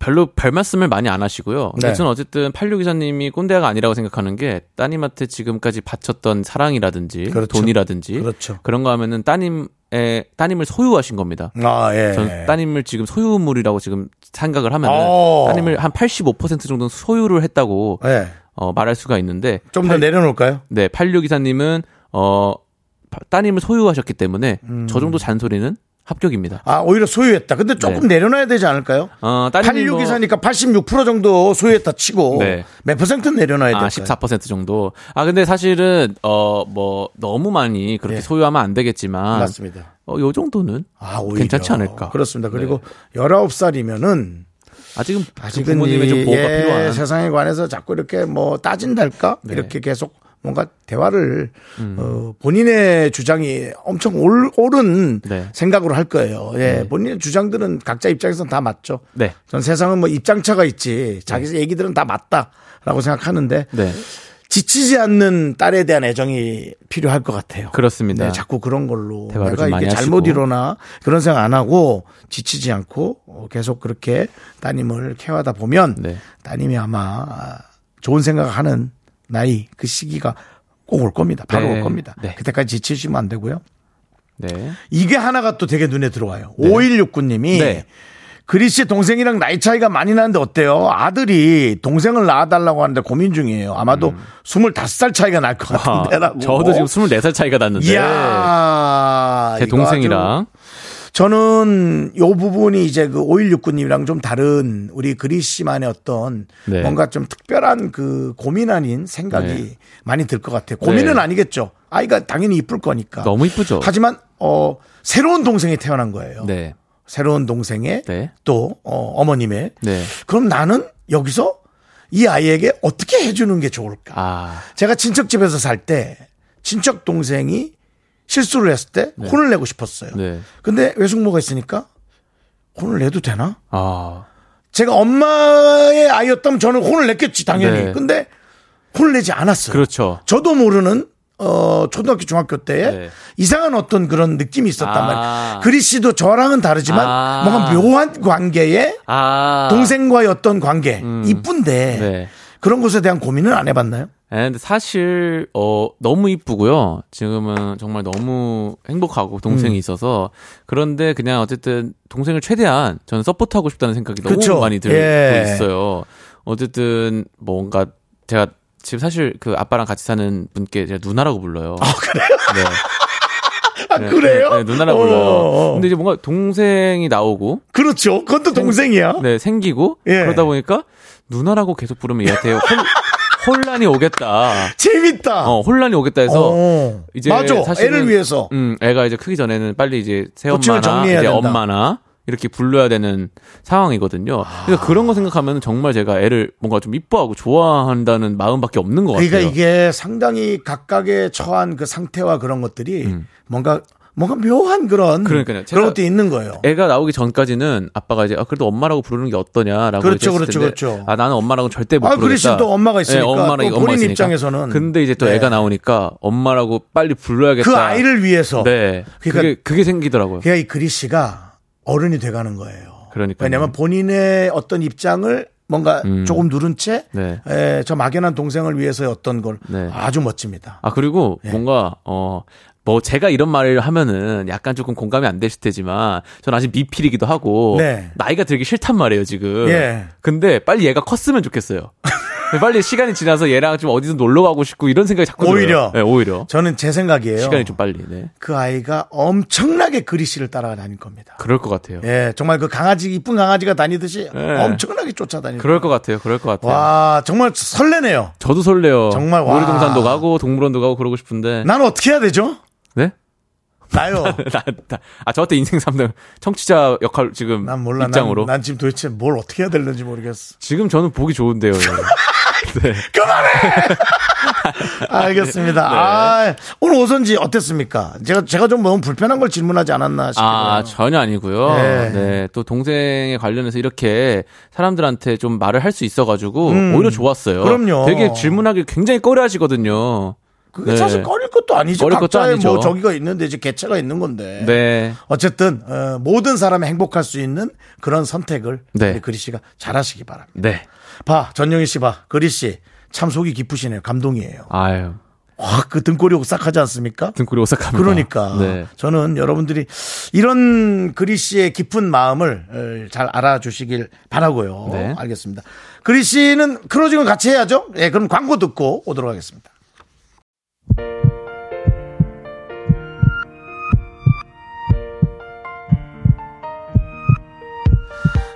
별로 별 말씀을 많이 안 하시고요.
네.
근데 저는 어쨌든 86 기사님이 꼰대가 아니라고 생각하는 게 따님한테 지금까지 바쳤던 사랑이라든지
그렇죠.
돈이라든지
그렇죠.
런거 하면은 따님의 따님을 소유하신 겁니다.
아 예.
전 따님을 지금 소유물이라고 지금 생각을 하면
어.
따님을 한 85% 정도는 소유를 했다고
예.
어, 말할 수가 있는데
좀 더 내려놓을까요?
네, 86 기사님은 어 바- 따님을 소유하셨기 때문에
음.
저 정도 잔소리는 합격입니다.
아 오히려 소유했다. 근데 조금
네.
내려놔야 되지 않을까요?
어, 따님이
86 기사니까 86% 정도 소유했다 치고
네.
몇 퍼센트 내려놔야 될까요?
아, 14% 정도. 아, 근데 사실은 어 뭐 너무 많이 그렇게
예.
소유하면 안 되겠지만
맞습니다.
어, 요 정도는
아, 오히려.
괜찮지 않을까? 네.
그렇습니다. 그리고 19살이면은
아직은 그
아직은
부모님의
이,
좀 보호가
예,
필요한
세상에 관해서 자꾸 이렇게 뭐 따진달까
네.
이렇게 계속 뭔가 대화를 어, 본인의 주장이 엄청 올, 옳은
네.
생각으로 할 거예요. 예, 본인의 주장들은 각자 입장에서 다 맞죠.
네.
전 세상은 뭐 입장차가 있지 자기 얘기들은 다 맞다라고 생각하는데
네.
지치지 않는 딸에 대한 애정이 필요할 것 같아요.
그렇습니다.
네, 자꾸 그런 걸로
대화를
내가
좀 많이
이게 잘못
하시고.
일어나 그런 생각 안 하고 지치지 않고 어, 계속 그렇게 따님을 케어하다 보면
네.
따님이 아마 아, 좋은 생각하는 나이 그 시기가 꼭 올 겁니다. 바로
네.
올 겁니다.
네.
그때까지 지치시면 안 되고요.
네.
이게 하나가 또 되게 눈에 들어와요. 5169님이
네.
그리 씨 동생이랑 나이 차이가 많이 나는데 어때요? 아들이 동생을 낳아달라고 하는데 고민 중이에요. 아마도 25살 차이가 날 것
음. 아,
같은데라고.
저도 지금 24살 차이가 났는데
네. 이야.
제
이거 아주
동생이랑
저는 요 부분이 이제 그 5169님이랑 좀 다른 우리 그리 씨만의 어떤
네.
뭔가 좀 특별한 그 고민 아닌 생각이
네.
많이 들 것 같아요. 고민은
네.
아니겠죠. 아이가 당연히 이쁠 거니까.
너무 이쁘죠.
하지만 어 새로운 동생이 태어난 거예요.
네.
새로운 동생의
네.
또 어, 머님의
네.
그럼 나는 여기서 이 아이에게 어떻게 해주는 게 좋을까?
아.
제가 친척 집에서 살 때 친척 동생이 실수를 했을 때 혼을 내고 싶었어요.
네.
근데 외숙모가 있으니까 혼을 내도 되나?
아.
제가 엄마의 아이였다면 저는 혼을 냈겠지 당연히.
네.
근데 혼을 내지 않았어요.
그렇죠.
저도 모르는 어 초등학교 중학교 때에
네.
이상한 어떤 그런 느낌이 있었단
아.
말이에요. 그리 씨도 저랑은 다르지만
아.
뭔가 묘한 관계에
아. 음.
동생과의 어떤 관계 이쁜데
네.
그런 것에 대한 고민은 안 해봤나요?
네, 근데 사실 어 너무 이쁘고요. 지금은 정말 너무 행복하고 동생이
음.
있어서 그런데 그냥 어쨌든 동생을 최대한 저는 서포트하고 싶다는 생각이
그쵸.
너무 많이 들고
예.
있어요. 어쨌든 뭔가 제가 지금 사실 그 아빠랑 같이 사는 분께 제가 누나라고 불러요. 아 그래요?
아
네.
그래요?
네, 네, 누나라고
어,
불러요.
어, 어.
근데 이제 뭔가 동생이 나오고
그렇죠. 그건 또 동생이야.
네, 생기고
예.
그러다 보니까 누나라고 계속 부르면 얘한테 혼, 란이 오겠다.
재밌다.
어, 혼란이 오겠다 해서
어.
이제
맞아.
사실은-
애를 위해서.
음, 애가 이제 크기 전에는 빨리 이제
호칭을
새엄마나
어. 정리해야
이제
된다.
엄마나 이렇게 불러야 되는 상황이거든요. 그러니까 그런 거 생각하면 정말 제가 애를 뭔가 좀 이뻐하고 좋아한다는 마음밖에 없는 것 같아요.
그러니까 이게 상당히 각각의 처한 그 상태와 그런 것들이 뭔가 뭔가 묘한 그런
음. 그러니까요. 제가- 네,
그런 것도 있는 거예요.
애가 나오기 전까지는 아빠가 이제 아, 그래도 엄마라고 부르는 게 어떠냐라고
그렇죠,
얘기했을
그렇죠,
텐데,
그렇죠.
아 나는 엄마라고 절대 못
아,
부르겠다. 네,
그러시면 또 엄마가 있으니까, 또
엄마랑
본인 입장에서는.
근데 이제 또
네.
애가 나오니까 엄마라고 빨리 불러야겠다.
그 아이를 위해서.
네. 그게
그러니까-
그게 생기더라고요.
그러니까 이 그리 씨가 어른이 돼가는 거예요.
그러니까
왜냐하면 본인의 어떤 입장을 뭔가
음.
조금 누른 채,
네.
에, 저 막연한 동생을 위해서 어떤 걸
네.
아주 멋집니다.
아 그리고
네.
뭔가 어. 뭐 제가 이런 말을 하면은 약간 조금 공감이 안 되실 테지만 전 아직 미필이기도 하고
네.
나이가 들기 싫단 말이에요 지금
예.
근데 빨리 얘가 컸으면 좋겠어요 빨리 시간이 지나서 얘랑 좀 어디서 놀러 가고 싶고 이런 생각이 자꾸
오히려.
들어요. 네, 오히려
저는 제 생각이에요.
시간이 좀 빨리 네.
그 아이가 엄청나게 그리 씨를 따라다닐 겁니다.
그럴 것 같아요
예, 정말 그 강아지, 이쁜 강아지가 다니듯이
예.
엄청나게 쫓아다니고.
그럴 것 같아요 그럴 것 같아요
와, 정말 설레네요.
저도 설레요
정말 와.
놀이동산도 가고 동물원도 가고 그러고 싶은데
난 어떻게 해야 되죠?
네?
나요.
나, 나, 아 저한테 인생 삼등 청취자 역할 지금
난 몰라. 난-
입장으로
난, 지금 도대체 뭘 어떻게 해야 되는지 모르겠어.
지금 저는 보기 좋은데요 여러분. 네.
알겠습니다.
네.
아, 오늘 오선지 어땠습니까? 제가, 제가 좀 너무 불편한 걸 질문하지 않았나 싶어요.
아, 전혀 아니고요.
네.
네. 또 동생에 관련해서 이렇게 사람들한테 좀 말을 할 수 있어가지고 오히려 좋았어요.
그럼요.
되게 질문하기 굉장히 꺼려하시거든요.
그게
네.
사실 꺼릴 것도 아니죠.
꺼릴 것도
각자의
아니죠.
뭐 저기가 있는데 이제 개체가 있는 건데.
네.
어쨌든 어, 모든 사람이 행복할 수 있는 그런 선택을
네.
우리 그리 씨가 잘하시기 바랍니다.
네.
봐 전영희 씨 봐, 그리 씨 참 속이 깊으시네요. 감동이에요.
아유.
와그 등골이 오싹하지 않습니까?
등골이 오싹합니다.
그러니까
네.
저는 여러분들이 이런 그리 씨의 깊은 마음을 어, 잘 알아주시길 바라고요.
네.
알겠습니다. 그리 씨는 크로징을 같이 해야죠. 예, 그럼 광고 듣고 오도록 하겠습니다.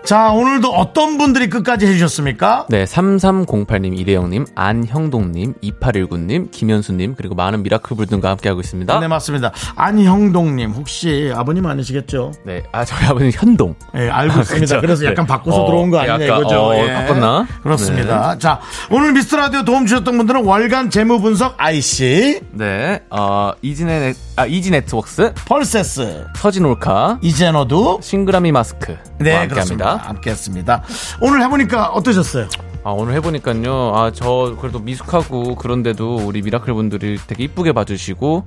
자, 오늘도 어떤 분들이 끝까지 해주셨습니까?
네, 3308님, 이대영님, 안형동님, 2819님, 김현수님, 그리고 많은 미라클분들과 함께하고 있습니다.
네, 맞습니다. 안형동님, 혹시 아버님 아니시겠죠?
네, 아, 저희 아버님 현동.
예, 알고 있습니다.
아, 그쵸?
그래서 약간
네.
바꿔서
어,
들어온 거 아니냐
약간,
이거죠.
어,
예.
바꿨나? 네.
그렇습니다. 자, 오늘 미스터 라디오 도움 주셨던 분들은 월간 재무 분석 IC,
네, 어, 이지네, 네- 아, 이지네트웍스,
펄세스,
서진올카,
이젠어두.
싱그라미 마스크.
네,
함께
그렇습니다.
합니다.
함께했습니다. 오늘 해보니까 어떠셨어요?
아 오늘 해보니까요. 아 저 그래도 미숙하고 그런데도 우리 미라클 분들이 되게 이쁘게 봐주시고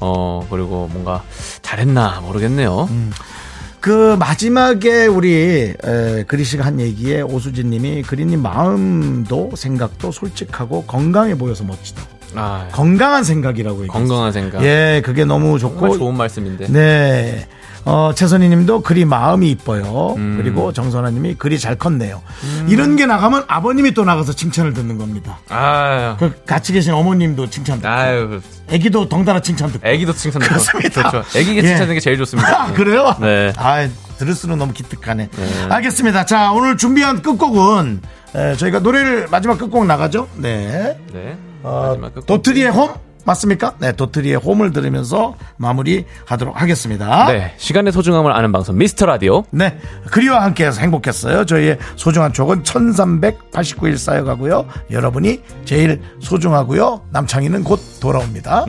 어 그리고 뭔가 잘했나 모르겠네요.
음. 그 마지막에 우리 에, 그리 씨가 한 얘기에 오수진님이 그리님 마음도 생각도 솔직하고 건강해 보여서 멋지다.
아
건강한 생각이라고 얘기했어요.
건강한 생각.
예, 그게 너무
정말
좋고
좋은 말씀인데.
네. 어, 최선희 님도 그리 마음이 이뻐요.
음.
그리고 정선아 님이 그리 잘 컸네요. 이런 게 나가면 아버님이 또 나가서 칭찬을 듣는 겁니다.
아유.
그 같이 계신 어머님도 칭찬 듣고.
아유.
애기도 덩달아 칭찬 듣고.
애기도 칭찬 듣고.
그렇습니다.
좋죠. 애기게
예.
칭찬하는 게 제일 좋습니다.
아, 그래요?
네.
아, 들을수록 너무 기특하네. 알겠습니다. 자, 오늘 준비한 끝곡은 에, 저희가 노래를 마지막 끝곡 나가죠? 네.
네.
어,
마지막 끝.
도트리의 홈 맞습니까? 네, 도트리의 홈을 들으면서 마무리하도록 하겠습니다.
네. 시간의 소중함을 아는 방송 미스터 라디오.
네. 그리와 함께해서 행복했어요. 저희의 소중한 추억은 1389일 쌓여가고요. 여러분이 제일 소중하고요. 남창희는 곧 돌아옵니다.